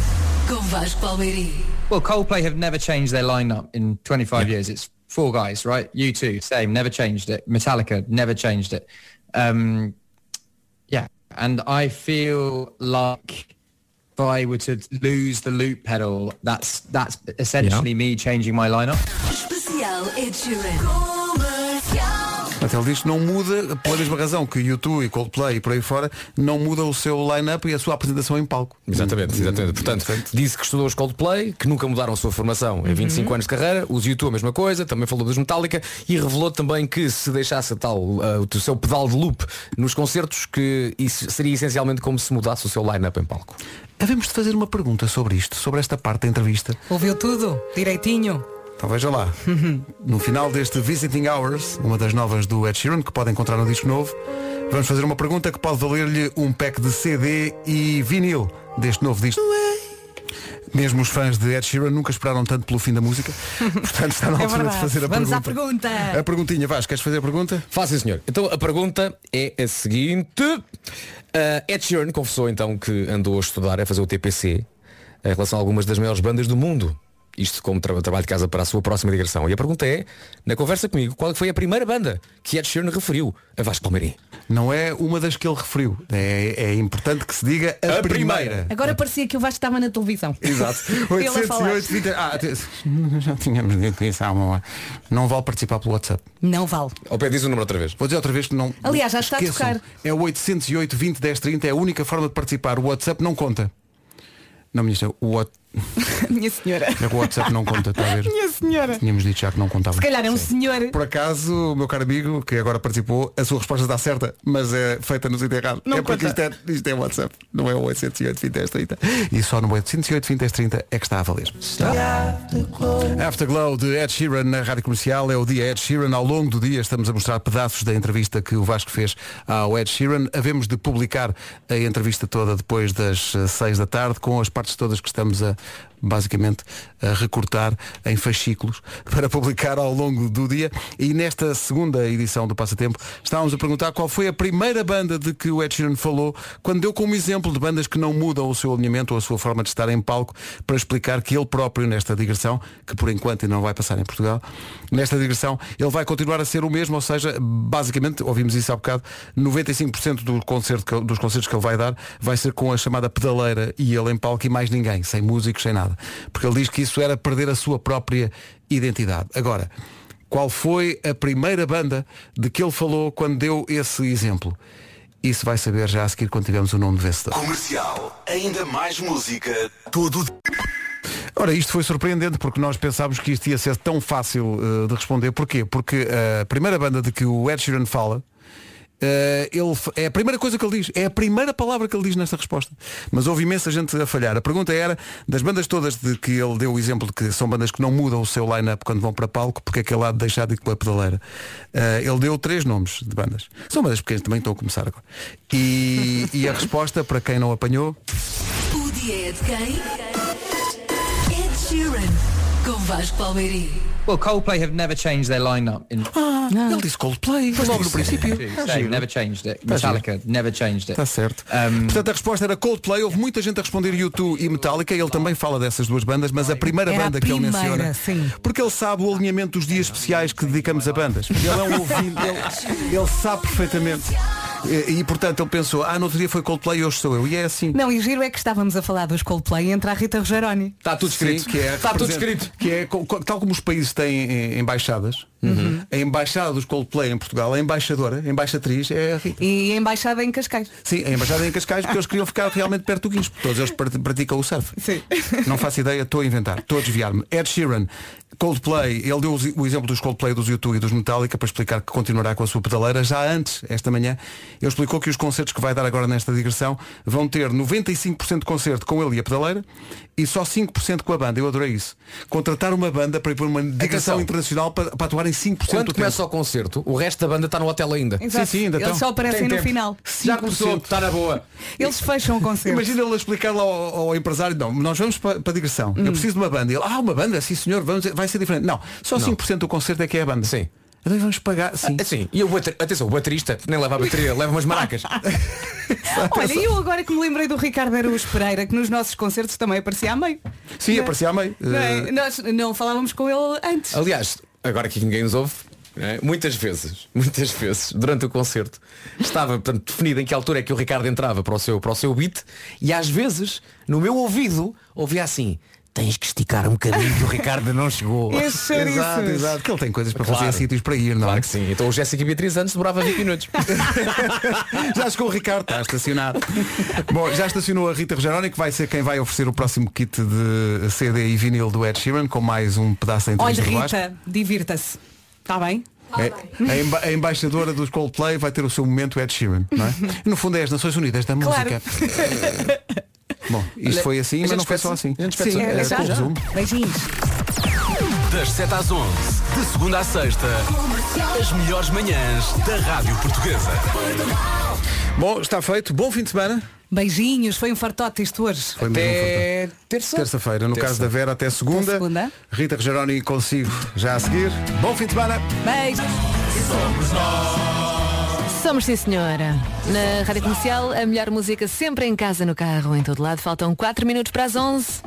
Speaker 7: Com Vasco Palmeirim.
Speaker 18: Well, Coldplay have never changed their lineup in 25 years. It's four guys, right? You two, same, never changed it. Metallica never changed it. Um, yeah, and I feel like if I were to lose the loop pedal, that's that's essentially me changing my lineup.
Speaker 7: Especial Ed Sheeran. Comercial.
Speaker 1: Até ele diz que não muda, pela mesma razão que YouTube e Coldplay e por aí fora, não muda o seu line-up e a sua apresentação em palco.
Speaker 2: Exatamente, exatamente. Portanto, disse que estudou os Coldplay, que nunca mudaram a sua formação em 25 anos de carreira, os YouTube a mesma coisa, também falou dos Metallica e revelou também que se deixasse a tal, ah, o seu pedal de loop nos concertos, que isso seria essencialmente como se mudasse o seu line-up em palco.
Speaker 1: Havemos de fazer uma pergunta sobre isto, sobre esta parte da entrevista.
Speaker 4: Ouviu tudo? Direitinho?
Speaker 1: Então veja lá. No final deste Visiting Hours, uma das novas do Ed Sheeran, que pode encontrar no disco novo, vamos fazer uma pergunta que pode valer-lhe um pack de CD e vinil deste novo disco. Mesmo os fãs de Ed Sheeran nunca esperaram tanto pelo fim da música. Portanto, está na
Speaker 4: É
Speaker 1: altura de
Speaker 4: verdade.
Speaker 1: fazer a
Speaker 4: Vamos à
Speaker 1: pergunta.
Speaker 4: pergunta.
Speaker 1: A perguntinha, Vasco, queres fazer a pergunta?
Speaker 2: Faça, senhor. Então a pergunta é a seguinte. Ah, Ed Sheeran confessou então que andou a estudar, a fazer o TPC. em relação a algumas das maiores bandas do mundo. Isto como tra- trabalho de casa para a sua próxima digressão. E a pergunta é, na conversa comigo, qual foi a primeira banda que Ed Sheeran referiu a Vasco Palmeirim?
Speaker 1: Não é uma das que ele referiu. É, é importante que se diga a,
Speaker 2: A primeira.
Speaker 1: primeira.
Speaker 15: Agora parecia que o Vasco estava na televisão.
Speaker 1: Exato.
Speaker 15: Ele a falar.
Speaker 1: 808 20... Ah, te- já tínhamos dito isso há uma hora. Não vale participar pelo WhatsApp.
Speaker 15: Não vale.
Speaker 2: Ao pé diz o número outra vez.
Speaker 1: Vou dizer outra vez que não.
Speaker 15: Aliás, já está a
Speaker 1: esqueçam.
Speaker 15: tocar.
Speaker 1: É o 808 20 10 30, é a única forma de participar. O WhatsApp não conta. Não, minha senhora, o, what...
Speaker 15: Minha senhora.
Speaker 1: é que o WhatsApp não conta, está a ver?
Speaker 15: Minha senhora.
Speaker 1: Tínhamos dito já que não contava.
Speaker 15: Se calhar é um senhor.
Speaker 1: Por acaso, o meu caro amigo, que agora participou, a sua resposta está certa, mas é feita no sítio errado.
Speaker 15: Não
Speaker 1: é porque isto
Speaker 15: conta.
Speaker 1: é, isto é WhatsApp, não é o 808 20 10 30. E só no 808 20 10 30 é que está a valer. Afterglow de Ed Sheeran na Rádio Comercial é o dia Ed Sheeran. Ao longo do dia estamos a mostrar pedaços da entrevista que o Vasco fez ao Ed Sheeran. Havemos de publicar a entrevista toda depois das 6 da tarde com as partes todas que estamos a basicamente a recortar em fascículos para publicar ao longo do dia e nesta segunda edição do Passatempo estávamos a perguntar qual foi a primeira banda de que o Ed Sheeran falou quando deu como exemplo de bandas que não mudam o seu alinhamento ou a sua forma de estar em palco para explicar que ele próprio nesta digressão, que por enquanto ainda não vai passar em Portugal, nesta digressão ele vai continuar a ser o mesmo, ou seja, basicamente, ouvimos isso há bocado, 95% do concerto que ele- dos concertos que ele vai dar vai ser com a chamada pedaleira e ele em palco e mais ninguém, sem músicos, sem nada. Porque ele diz que isso era perder a sua própria identidade. Agora, qual foi a primeira banda de que ele falou quando deu esse exemplo? Isso vai saber já a seguir quando tivermos o nome do vencedor.
Speaker 6: Comercial, ainda mais música, todo dia.
Speaker 1: Ora, isto foi surpreendente porque nós pensámos que isto ia ser tão fácil eh, de responder. Porquê? Porque a primeira banda de que o Ed Sheeran fala, eh, ele, f- é a primeira coisa que ele diz, é a primeira palavra que ele diz nesta resposta. Mas houve imensa gente a falhar. A pergunta era, das bandas todas de que ele deu o exemplo de que são bandas que não mudam o seu line-up quando vão para palco, porque é que ele há de deixar de ir com a pedaleira? Eh, ele deu três nomes de bandas. São bandas pequenas, também estão a começar agora. E, e a resposta, para quem não apanhou,
Speaker 7: O dia é de quem? Ed Sheeran. Com Vasco Palmeirim.
Speaker 18: Well, Coldplay have never changed their lineup. In...
Speaker 1: Ah, ele disse Coldplay. é Foi logo no princípio. Está
Speaker 18: They've
Speaker 1: giro.
Speaker 18: never changed it.
Speaker 1: Tá giro.
Speaker 18: Metallica never changed it.
Speaker 1: Está Tá certo. Portanto, a resposta era Coldplay. Houve muita gente a responder U2 e Metallica. Ele também fala dessas duas bandas, mas a primeira
Speaker 4: Era a
Speaker 1: banda que ele
Speaker 4: primeira,
Speaker 1: menciona.
Speaker 4: sim.
Speaker 1: Porque ele sabe o alinhamento dos dias especiais que dedicamos a bandas. Ele é um ouvinte, ele, ele sabe perfeitamente. E, e, portanto, ele pensou, ah, no outro dia foi Coldplay, hoje sou eu. E é assim.
Speaker 4: Não, e giro é que estávamos a falar dos Coldplay e entra a Rita Rogeroni.
Speaker 1: Está tudo
Speaker 2: escrito.
Speaker 1: que é,
Speaker 2: Está tudo
Speaker 1: representa-
Speaker 2: escrito.
Speaker 1: Que é, co- co- tal como os países têm eh, embaixadas, a embaixada dos Coldplay em Portugal, a embaixadora, a embaixatriz é a Rita.
Speaker 4: E a embaixada em Cascais.
Speaker 1: Sim, a embaixada em Cascais porque eles queriam ficar realmente perto do Guispo. Todos eles prat- praticam o surf.
Speaker 4: Sim.
Speaker 1: Não faço ideia, estou a inventar, estou a desviar-me. Ed Sheeran, Coldplay, ele deu os- o exemplo dos Coldplay, dos YouTube e dos Metallica para explicar que continuará com a sua pedaleira. Já antes, esta manhã, ele explicou que os concertos que vai dar agora nesta digressão vão ter 95% de concerto com ele e a pedaleira e só 5% com a banda. Eu adorei isso. Contratar uma banda para ir para uma digressão
Speaker 2: Atenção.
Speaker 1: internacional para, para atuar em 5% do
Speaker 2: Quando
Speaker 1: tempo.
Speaker 2: começa o concerto, o resto da banda está no hotel ainda.
Speaker 4: Exato.
Speaker 1: Sim, sim, ainda
Speaker 4: Eles
Speaker 1: estão.
Speaker 4: só aparecem
Speaker 1: Tem
Speaker 4: no
Speaker 1: tempo.
Speaker 4: final.
Speaker 2: Já começou, está na boa.
Speaker 4: Eles fecham o concerto.
Speaker 1: Imagina ele a explicar lá ao, ao empresário, não, nós vamos para, para a digressão. Eu preciso de uma banda. Ele, ah, uma banda, sim senhor, vamos, vai ser diferente. Não, só 5% do concerto é que é a banda. Sim. Então vamos pagar. Sim.
Speaker 2: Assim, e o bater... atenção, o baterista nem leva a bateria, leva umas maracas.
Speaker 4: Olha, e eu agora que me lembrei do Ricardo Araújo Pereira, que nos nossos concertos também aparecia a meio.
Speaker 1: Sim, aparecia a meio.
Speaker 4: Não é? Nós não falávamos com ele antes.
Speaker 2: Aliás, agora que ninguém nos ouve, né, muitas vezes, muitas vezes, durante o concerto, estava portanto, definido em que altura é que o Ricardo entrava para o seu, para o seu beat e às vezes, no meu ouvido, ouvia assim, tens que esticar um bocadinho que o Ricardo não chegou.
Speaker 1: exato, exato. Que ele tem coisas para
Speaker 2: Claro.
Speaker 1: fazer, sítios para ir, não
Speaker 2: Claro
Speaker 1: é?
Speaker 2: que sim. Então o Jéssica Beatriz antes demorava 20 minutos.
Speaker 1: já chegou o Ricardo, está estacionado. Bom, já estacionou a Rita Rogeroni, que vai ser quem vai oferecer o próximo kit de CD e vinil do Ed Sheeran, com mais um pedaço da
Speaker 4: Olha,
Speaker 1: entrevista do Vasco.
Speaker 4: Rita, divirta-se. Está Ah, bem?
Speaker 1: É- a, emba- a embaixadora dos Coldplay vai ter o seu momento Ed Sheeran, não é? No fundo é as Nações Unidas da música. Bom,
Speaker 4: Claro.
Speaker 1: isto
Speaker 6: Olha,
Speaker 1: foi assim,
Speaker 6: a
Speaker 1: mas
Speaker 6: gente
Speaker 1: não foi
Speaker 6: espera-
Speaker 1: só assim.
Speaker 6: a gente espera-
Speaker 1: Sim,
Speaker 6: é,
Speaker 1: é,
Speaker 6: já,
Speaker 1: com
Speaker 6: já.
Speaker 1: resumo.
Speaker 4: Beijinhos.
Speaker 6: Das 7 às 11, de segunda à sexta, as melhores manhãs da Rádio Portuguesa.
Speaker 1: Bom, está feito. Bom fim de semana.
Speaker 6: Ah.
Speaker 4: Beijinhos, foi um fartote isto hoje.
Speaker 1: Foi mesmo um Até
Speaker 4: terça.
Speaker 1: Terça-feira, no
Speaker 4: Terça.
Speaker 1: caso da Vera, até segunda.
Speaker 4: Até segunda.
Speaker 1: Rita Rogeroni consigo já a seguir. Bom fim de semana.
Speaker 4: Beijos.
Speaker 6: Somos nós.
Speaker 17: Somos sim senhora. Na Rádio Comercial, a melhor música sempre em casa, no carro, em todo lado. Faltam 4 minutos para as 11.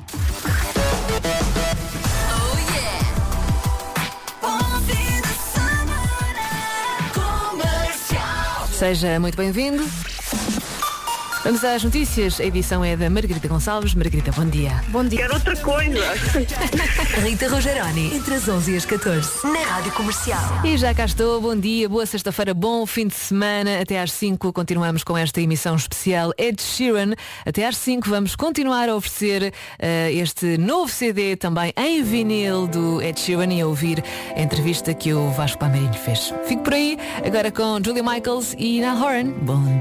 Speaker 17: Seja muito bem-vindo. Vamos às notícias. A edição é da Margarida Gonçalves. Margarida, bom dia.
Speaker 7: Bom dia. Quero outra coisa. Rita Rogeroni, entre as 11 e as 14, na Rádio Comercial.
Speaker 17: E já cá estou, bom dia, boa sexta-feira, bom fim de semana. Até às 5 continuamos com esta emissão especial Ed Sheeran. Até às 5 vamos continuar a oferecer eh, este novo CD também em vinil do Ed Sheeran e a ouvir a entrevista que o Vasco Palmeirinho fez. Fico por aí, agora com Julia Michaels e Na Horan. Bom dia.